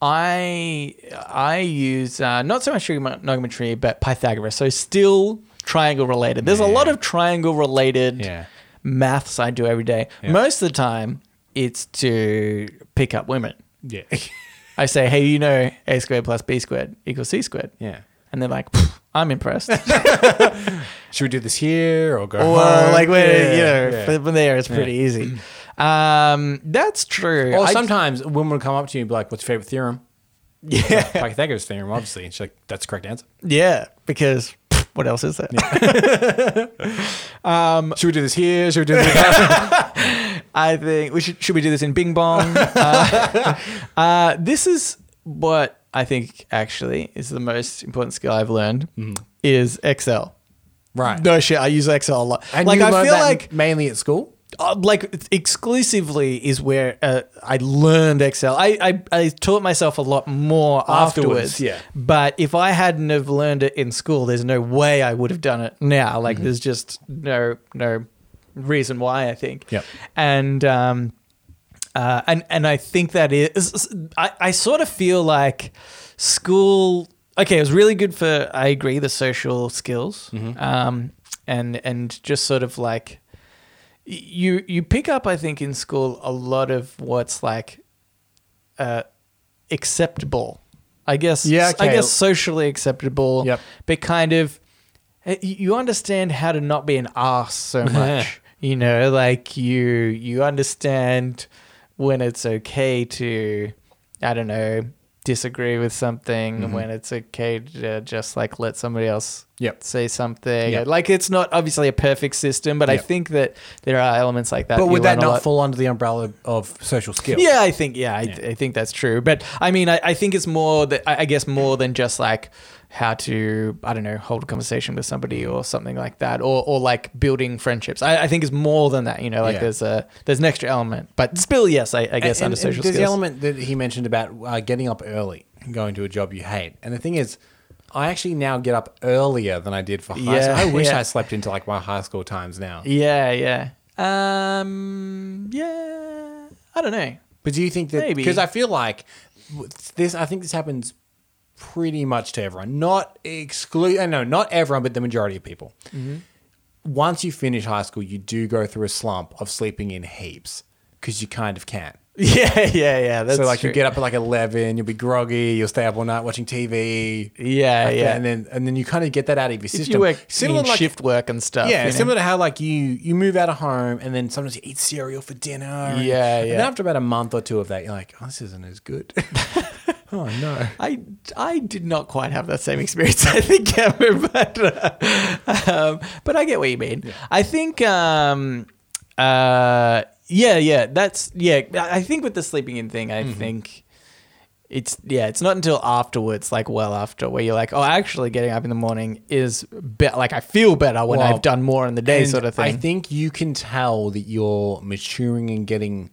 I I use uh, not so much trigonometry, but Pythagoras. So still triangle related. There's a lot of triangle related Yeah. maths I do every day. Most of the time, it's to pick up women. Yeah. I say, hey, you know, a squared plus b squared equals c squared. yeah. And they're like, "Pff, I'm impressed. Should we do this here or go? well, home? like, wait, you know, yeah. from there, it's pretty easy. Um, that's true. Or I- sometimes women will come up to you and be like, "What's your favorite theorem?" yeah, Pythagoras theorem, obviously. And she's like, "That's the correct answer." yeah, because pff, what else is there? Should we do this here? Should we do this? There? I think we should should we do this in Bing Bong? Uh, uh, this is what I think actually is the most important skill I've learned is Excel. Mm-hmm. right. No shit, I use Excel a lot. And like you I learned feel that like mainly at school. uh, like exclusively is where uh, I learned Excel. I, I I taught myself a lot more afterwards. Afterwards, yeah. But if I hadn't have learned it in school, there's no way I would have done it now. Mm-hmm. Like there's just no no reason why I think. Yep. And um, uh, and and I think that is I, I sort of feel like school. Okay, it was really good for I agree the social skills, Mm-hmm. um, and and just sort of like y- you you pick up I think in school a lot of what's like uh, acceptable I guess. Yeah, I okay. guess socially acceptable. Yep. But kind of, eh, you you understand how to not be an ass so much. you know, like you you understand when it's okay to, I don't know, disagree with something, Mm-hmm. and when it's okay to uh, just like let somebody else Yep. say something. Yep. Like it's not obviously a perfect system, but I Yep. think that there are elements like that. But you would that learn a not lot- fall under the umbrella of social skill? yeah, I think yeah, I, I think that's true. But I mean, I, I think it's more that I I guess more than just like how to I don't know hold a conversation with somebody or something like that, or or like building friendships. I, I think it's more than that. You know, like Yeah. there's a there's an extra element. But still, yes, I, I guess And- under and social there's skills. the element that he mentioned about uh, getting up early and going to a job you hate. And the thing is, I actually now get up earlier than I did for high Yeah, school. I wish yeah. I slept into like my high school times now. yeah, yeah. Um, yeah. I don't know. But do you think that Maybe. because I feel like w- this? I think this happens pretty much to everyone. Not exclude. No, not everyone, but the majority of people. Mm-hmm. Once you finish high school, you do go through a slump of sleeping in heaps because you kind of can. Yeah, yeah, yeah. That's so like true. you get up at like eleven, you'll be groggy, you'll stay up all night watching TV. Yeah, like yeah. that, and then and then you kind of get that out of your If system. you work Similar in like- shift work and stuff. yeah, you know? similar to how like you you move out of home and then sometimes you eat cereal for dinner. and- Yeah, And then yeah. after about a month or two of that, you're like, oh, this isn't as good. oh no. I, I did not quite have that same experience, I think, Cameron, but, uh, um, but I get what you mean. I think, um, uh, yeah, yeah, that's, yeah, I I think with the sleeping in thing, I think it's, yeah, it's not until afterwards, like well after, where you're like, oh, actually getting up in the morning is, be- like, I feel better when Well, I've done more in the day, And sort of thing. I think you can tell that you're maturing and getting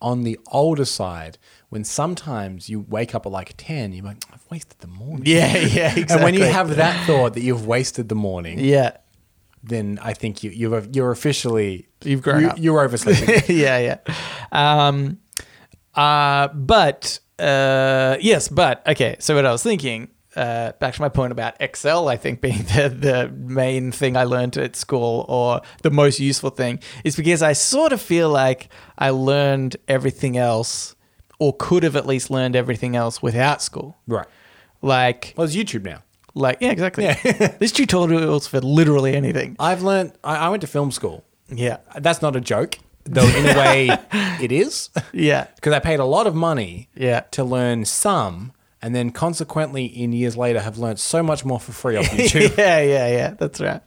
on the older side when sometimes you wake up at like ten, you're like, I've wasted the morning. yeah, yeah, exactly. And when you have that thought that you've wasted the morning, yeah, then I think you, you're you're officially You've grown you, up. You're oversleeping. yeah, yeah. Um, uh, but uh, yes, but okay. So what I was thinking, uh, back to my point about Excel, I think being the the main thing I learned at school or the most useful thing is because I sort of feel like I learned everything else, or could have at least learned everything else without school. right. Like, Well, it's YouTube now. like yeah, exactly. There's tutorials for literally anything. I've learned. I, I went to film school. Yeah, That's not a joke, though. In a way, it is yeah, because I paid a lot of money. Yeah. To learn some, and then consequently, in years later, have learned so much more for free off YouTube. yeah, yeah, yeah. That's right.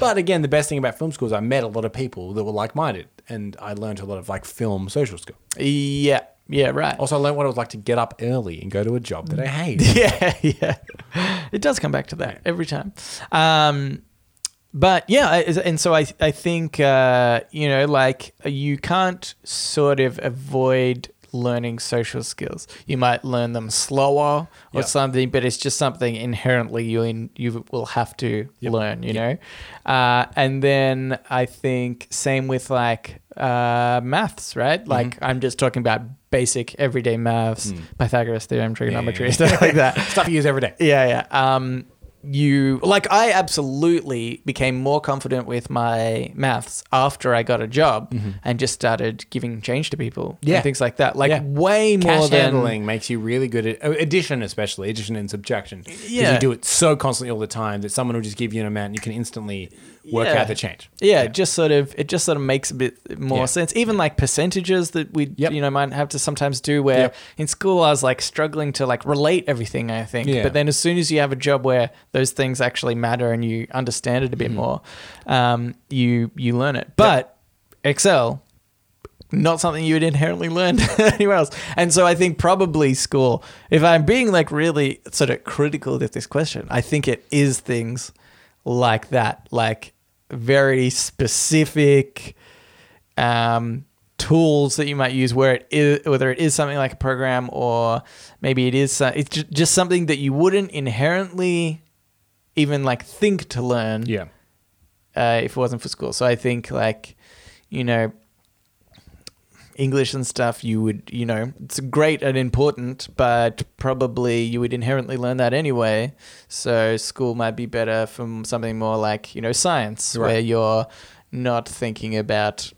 But again, the best thing about film school is I met a lot of people that were like-minded, and I learned a lot of like film social skill. Yeah, yeah, right. Also, I learned what it was like to get up early and go to a job that I hate. yeah, yeah. It does come back to that every time. Um, but yeah, I- and so I, I think, uh, you know, like you can't sort of avoid learning social skills. You might learn them slower or Yeah. something, but it's just something inherently you in, you will have to learn, you know? Uh, and then I think same with like uh, maths, right? Like I'm just talking about basic everyday maths, Pythagoras theorem, trigonometry, stuff like that. Stuff you use every day. Yeah, yeah. Um, you like I absolutely became more confident with my maths after I got a job and just started giving change to people Mm-hmm. Yeah. and things like that. Like Yeah. way more Cash than handling makes you really good at uh, addition, especially addition and subtraction. 'Cause Yeah. you do it so constantly all the time that someone will just give you an amount, and you can instantly work Yeah. out the change. Yeah, it just sort of it just sort of makes a bit more Yeah. sense. Even like percentages that we Yep. you know might have to sometimes do where Yep. in school I was like struggling to like relate everything, I think. Yeah. But then as soon as you have a job where those things actually matter and you understand it a bit more, um, you you learn it. But Excel not something you would inherently learn anywhere else. And so I think probably school, if I'm being like really sort of critical with this question, I think it is things like that, like very specific um, tools that you might use where it is, whether it is something like a program or maybe it is, so- it's ju- just something that you wouldn't inherently even like think to learn Yeah. uh, if it wasn't for school. So I think like, you know, English and stuff, you would, you know, it's great and important, but probably you would inherently learn that anyway. So school might be better from something more like, you know, science, Right. where you're not thinking about,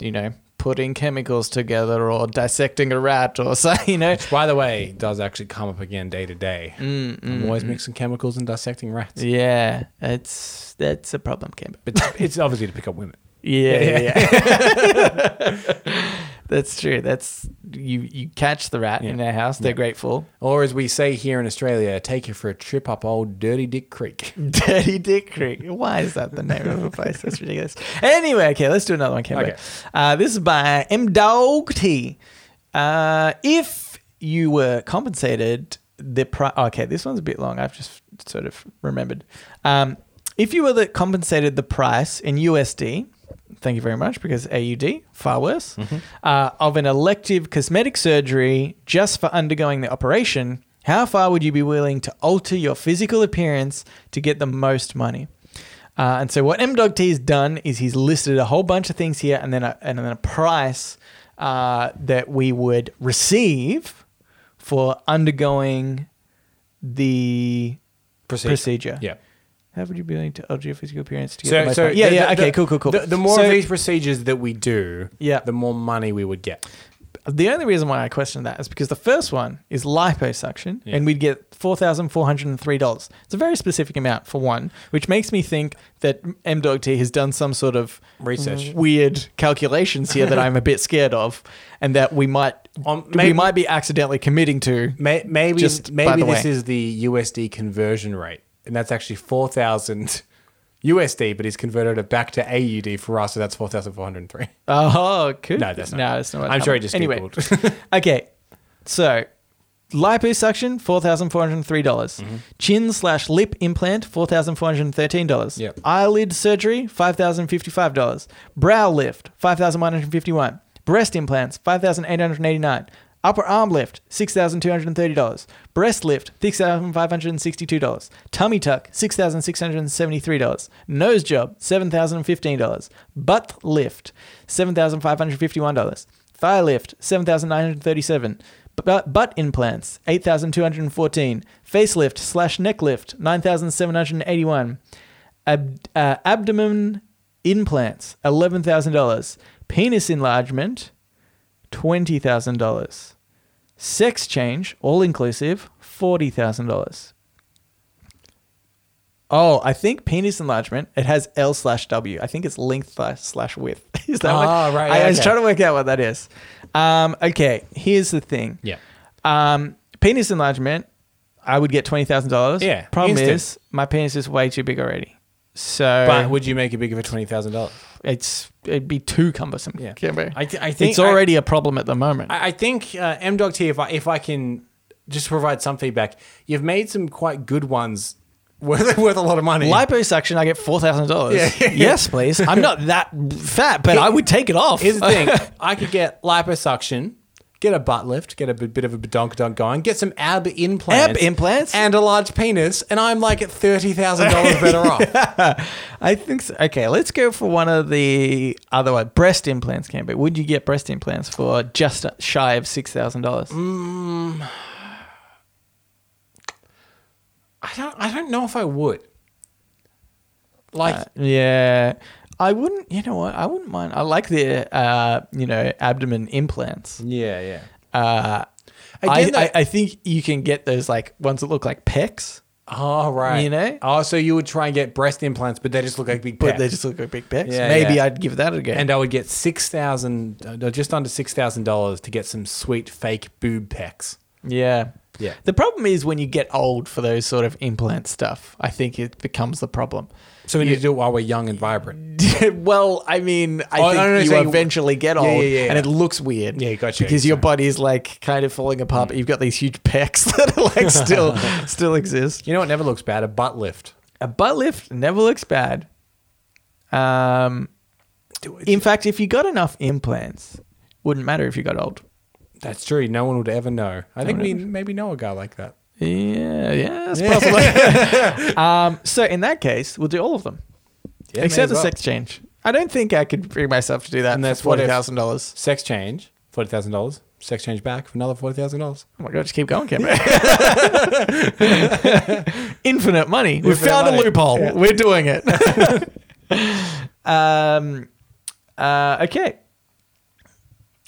you know, putting chemicals together or dissecting a rat or so, you know. Which, by the way, does actually come up again day to day. I'm always mixing chemicals and dissecting rats. Mm, Yeah, it's that's a problem, Camber. But it's obviously to pick up women. Yeah, yeah, yeah. that's true. That's you. You catch the rat in their house. They're grateful. Or as we say here in Australia, take you for a trip up old Dirty Dick Creek. Mm, Dirty Dick Creek. Why is that the name of a place? That's ridiculous. Anyway, okay, let's do another one, Camber. Okay. Uh, this is by M Dog T. Uh, if you were compensated the pri- okay, this one's a bit long. I've just sort of remembered. Um, if you were the compensated the price in USD, thank you very much because AUD far worse uh, of an elective cosmetic surgery just for undergoing the operation. How far would you be willing to alter your physical appearance to get the most money? Uh, and so what M Dog T has done is he's listed a whole bunch of things here, and then a, and then a price uh, that we would receive for undergoing the Procedure. procedure. Yeah. How would you be willing to alter your physical appearance to get the So, most so money? Yeah, the- yeah, the- okay, the- cool, cool, cool. The, the more So of these procedures that we do, Yeah. the more money we would get. the only reason why I question that is because the first one is liposuction, and we'd get four thousand four hundred and three dollars. It's a very specific amount for one, which makes me think that M Dog T has done some sort of Research. weird calculations here that I'm a bit scared of, and that we might Um, we maybe- might be accidentally committing to. May, maybe Just by maybe the this way. is the USD conversion rate, and that's actually four thousand USD, but he's converted it back to AUD for us, so that's four thousand four hundred three. Oh, cool. No, that's not- No, that's not. what I'm sure happened. he just anyway. Googled. okay, so liposuction four thousand four hundred three dollars. Mm-hmm. Chin slash lip implant four thousand four hundred thirteen dollars. Yep. Eyelid surgery five thousand fifty five dollars. Brow lift five thousand one hundred fifty one. Breast implants five thousand eight hundred eighty nine. Upper arm lift, six thousand two hundred thirty dollars. Breast lift, six thousand five hundred sixty-two dollars. Tummy tuck, six thousand six hundred seventy-three dollars. Nose job, seven thousand fifteen dollars. Butt lift, seven thousand five hundred fifty-one dollars. Thigh lift, seven thousand nine hundred thirty-seven. Butt, butt implants, eight thousand two hundred fourteen. Facelift slash neck lift, nine thousand seven hundred eighty-one. Ab- uh, abdomen implants, eleven thousand dollars. Penis enlargement, twenty thousand dollars. Sex change, all inclusive, forty thousand dollars. Oh, I think penis enlargement. It has L slash W. I think it's length slash- slash width. Is that Ah, what? right, I, I was okay. trying to work out what that is. Um, okay, here's the thing. Yeah. Um, penis enlargement. I would get twenty thousand dollars. Yeah, Problem instant. is, my penis is way too big already. So But would you make it bigger for twenty thousand dollars? it's it'd be too cumbersome. Yeah. Can't be. I th- I think it's I- already a problem at the moment. I, I think uh, MDog T, if I if I can just provide some feedback, you've made some quite good ones worth worth a lot of money. liposuction, I get four thousand dollars. Yes, please. I'm not that fat, but I would take it off. Here's the thing: I could get liposuction, get a butt lift, get a bit, bit of a donk donk going, get some ab implants, Ab implants? and a large penis, and I'm like at thirty thousand dollars better off. I think so. Okay, let's go for one of the other one. Breast implants, can be. Would you get breast implants for just shy of six thousand dollars? I don't. I don't know if I would. Like, Yeah. I wouldn't, you know what? I wouldn't mind. I like the, uh, you know, abdomen implants. yeah, yeah. Uh, I, Again, I, that- I think you can get those like ones that look like pecs, Oh right. You know? Oh, so you would try and get breast implants, but they just look like big. but pecs. they just look like big pecs. Yeah, Maybe yeah. I'd give that a go. and I would get six thousand, uh, just under six thousand dollars to get some sweet fake boob pecs. Yeah. Yeah. The problem is when you get old for those sort of implant stuff, I think it becomes the problem. So we need to do it while we're young and vibrant. well, I mean, I Oh, think no, no, no, you so you- eventually get Yeah, old yeah, yeah, and yeah. it looks weird. Yeah, gotcha, Mm. Because your sorry. body's like kind of falling apart, but you've got these huge pecs that are like still still exist. You know what never looks bad? A butt lift. A butt lift never looks bad. Um in fact, if you got enough implants, wouldn't matter if you got old. That's true. No one would ever know. I think one we maybe know a guy like that. Yeah, yeah, that's possible. um, so in that case, we'll do all of them. Yeah, may except as the well. sex change. I don't think I could bring myself to do that. And And that's that's for what forty if- thousand dollars. Sex change, forty thousand dollars. Sex change back for another forty thousand dollars. Oh my god, just keep going, Cameron. Infinite money. we Infinite found a money. loophole. We're doing it. um, uh, okay.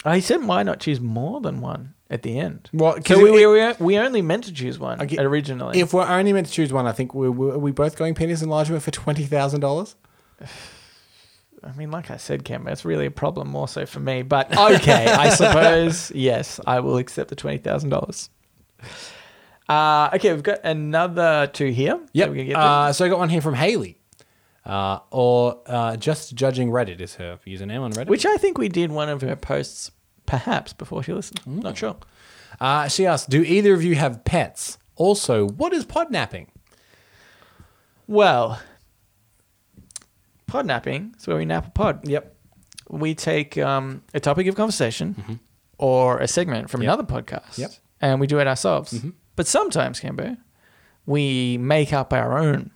Oh, he said, "Why not choose more than one at the end?" Well, 'cause so we, it- we, we, we only meant to choose one Okay, originally. If we're only meant to choose one, I think we're, we're- are we both going penis enlargement for twenty thousand dollars. I mean, like I said, Cameron, it's really a problem more so for me. But okay, I suppose yes, I will accept the twenty thousand dollars. Uh, okay, we've got another two here. that Yep. we can get to. uh, so I got one here from Haley, uh, or uh, just judging Reddit is her username on Reddit. which I think we did one of her posts perhaps before she listened. Mm. Not sure. Uh, she asked, "Do either of you have pets? Also, what is podnapping?" Well, pod napping is where we nap a pod. Yep. we take um, a topic of conversation or a segment from another podcast Mm-hmm. Yep. Mm-hmm. and we do it ourselves. But sometimes, Cambo, we make up our own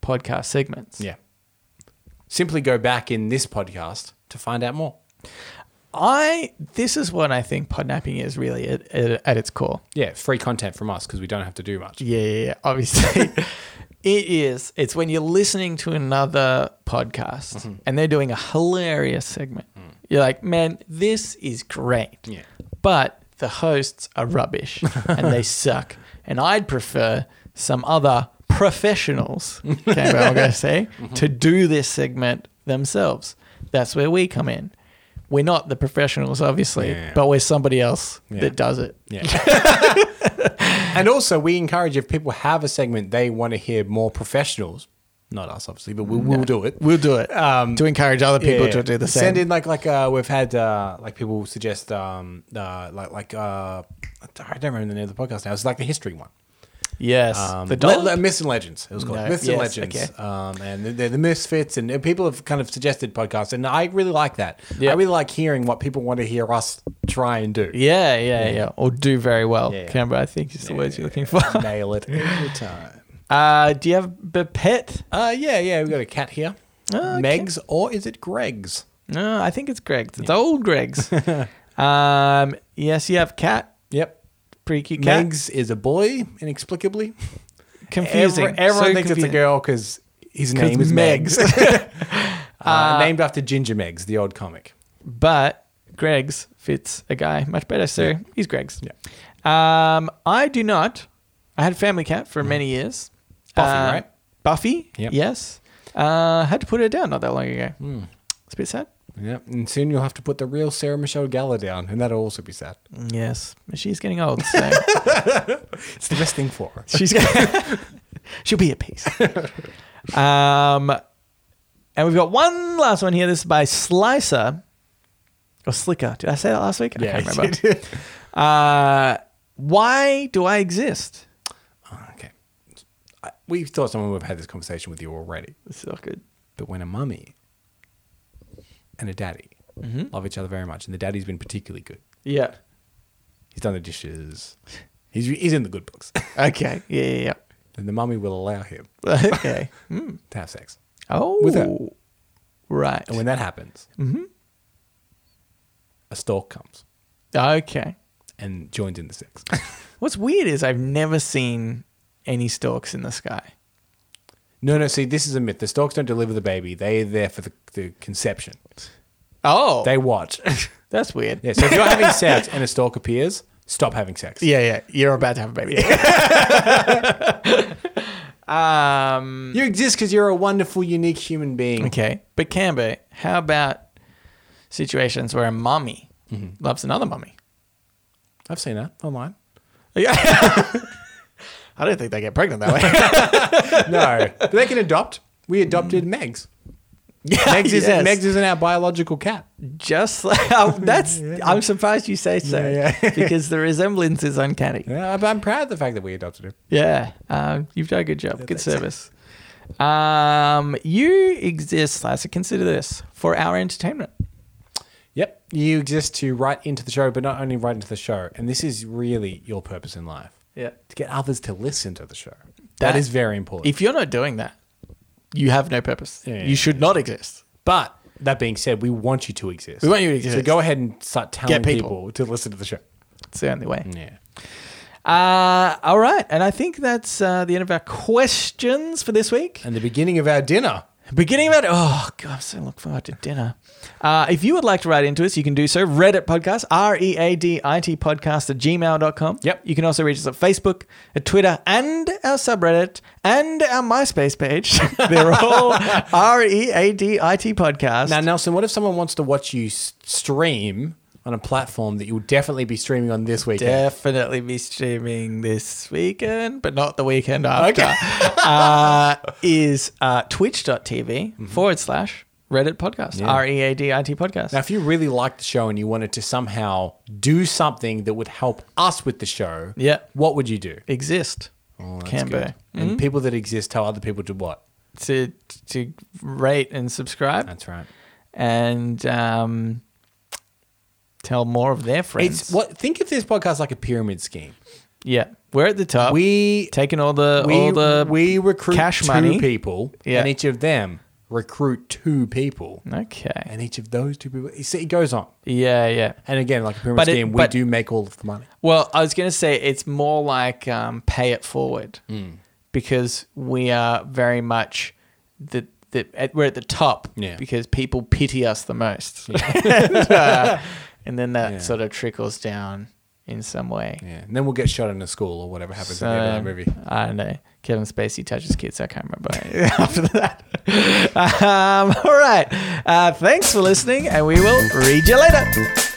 podcast segments. Yeah. Simply go back in this podcast to find out more. I this is what I think podnapping is really at, at, at its core. Yeah, free content from us because we don't have to do much. Yeah, yeah, yeah obviously. it is. It's when you're listening to another podcast Mm-hmm. and they're doing a hilarious segment. You're like, man, this is great. Mm. Yeah. But the hosts are rubbish and they suck. And I'd prefer some other professionals, okay, well, I'm going to say, Mm-hmm. to do this segment themselves. That's where we come in. We're not the professionals, obviously, Yeah. but we're somebody else that does it. Yeah. and also, we encourage if people have a segment they want to hear more professionals, not us, obviously, but we, we'll do it. We'll do it Um, to encourage other people Yeah. to do the same. Send in like like uh, we've had uh, like people suggest um, uh, like like uh, I don't remember the name of the podcast now. It's like the history one. Yes. Um, the Le- dog. Le- Myths and Legends. It was called No, Myths yes, and Legends. okay. Um, and they're the misfits, and and people have kind of suggested podcasts, and I really like that. Yeah. I really like hearing what people want to hear us try and do. yeah, yeah, yeah, Or do very well. Yeah, yeah. Canberra, I think is the words you're looking for. Nail it every time. Uh, do you have a pet? Uh, yeah, yeah, we've got a cat here. Oh, okay. Meg's, or is it Greg's? No, I think it's Greg's. It's old Greg's. um, yes, you have cat. Yep. Pretty cute cat. Meg's is a boy, inexplicably. confusing. Every- everyone So thinks it's a confusing. girl because his name is Meg's. Meg's. uh, named after Ginger Meg's, the old comic. But Greg's fits a guy much better. So he's Greg's. Yeah. Um, I do not. I had a family cat for many years. Mm-hmm. Buffy, Uh, right? Buffy. Yep. Yes. Uh, had to put her down not that long ago. Hmm. It's a bit sad. Yep. And soon you'll have to put the real Sarah Michelle Gellar down, and that'll also be sad. Yes, she's getting old, so It's the best thing for her. she's gonna, she'll be at peace. Um, and we've got one last one here. This is by Slicer or Slicker. Did I say that last week? I can't remember. Uh, why do I exist? okay. I- We thought someone would have had this conversation with you already. This is not good. But when a mummy and a daddy Mm-hmm. love each other very much, and the daddy's been particularly good, Yeah. he's done the dishes, he's, he's in the good books, Okay. Yeah. Yeah. then the mummy will allow him yeah. okay. to have sex. Oh. With her. Right. And when that happens, Mm-hmm. a stork comes Okay. and joins in the sex. What's weird is I've never seen any storks in the sky. no, no, see, this is a myth. The storks don't deliver the baby, they're there for the, the conception. Oh, They watch. that's weird. yeah, so if you're having sex and a stork appears, stop having sex. Yeah, yeah. You're about to have a baby. um, You exist because you're a wonderful, unique human being. okay. But Camber, how about situations where a mummy loves another mummy? I've seen that online. I don't think they get pregnant that way. No, but they can adopt. We adopted Megs. Megs isn't, Mm. yes. Megs isn't our biological cat. Just like oh, that's, I'm surprised you say so Yeah, yeah. because the resemblance is uncanny. Yeah, I'm- I'm proud of the fact that we adopted him. Yeah, um, you've done a good job. good service. Um, you exist, Lasser. Consider this for our entertainment. Yep. You exist to write into the show, but not only write into the show. And this is really your purpose in life Yeah. to get others to listen to the show. That- that is very important. If you're not doing that, you have no purpose. Yeah, you should not exist. but that being said, we want you to exist. We want you to exist. So go ahead and start telling Get people. people. to listen to the show. It's the only way. Yeah. Uh, all right. And I think that's uh, the end of our questions for this week. And the beginning of our dinner. Beginning about oh god, I'm so looking forward to dinner. Uh, if you would like to write into us, you can do so. Reddit podcast, E R-E-A-D-I-T podcast at gmail.com. Yep. You can also reach us at Facebook, at Twitter, and our subreddit, and our MySpace page. They're all E R-E-A-D-I-T podcast. Now, Nelson, what if someone wants to watch you s- stream on a platform that you'll definitely be streaming on this weekend? definitely be streaming this weekend, but not the weekend after. uh, is uh, twitch.tv forward slash Reddit podcast, R E A D I T podcast. Now, if you really liked the show and you wanted to somehow do something that would help us with the show, Yeah. what would you do? Exist. Can Oh, Good. be. And people that exist tell other people to what? To, to rate and subscribe That's right. and um, tell more of their friends. It's what think of this podcast like a pyramid scheme. yeah. We're at the top. We taking all the we, Oh. all the we recruit cash two money. people, Yeah. and each of them recruit two people, Okay. and each of those two people. You see, it goes on, Yeah, yeah. and again, like a pyramid But it- scheme, we but- do make all of the money. Well, I was going to say it's more like um, pay it forward Hmm. because we are very much the, the at, we're at the top Yeah. because people pity us the most, uh, and then that Yeah. sort of trickles down in some way. Yeah, and then we'll get shot in a school or whatever happens So, at the end of that movie. I don't know. Kevin Spacey touches kids. I can't remember after that. Um, all right. Uh, thanks for listening, and we will read you later.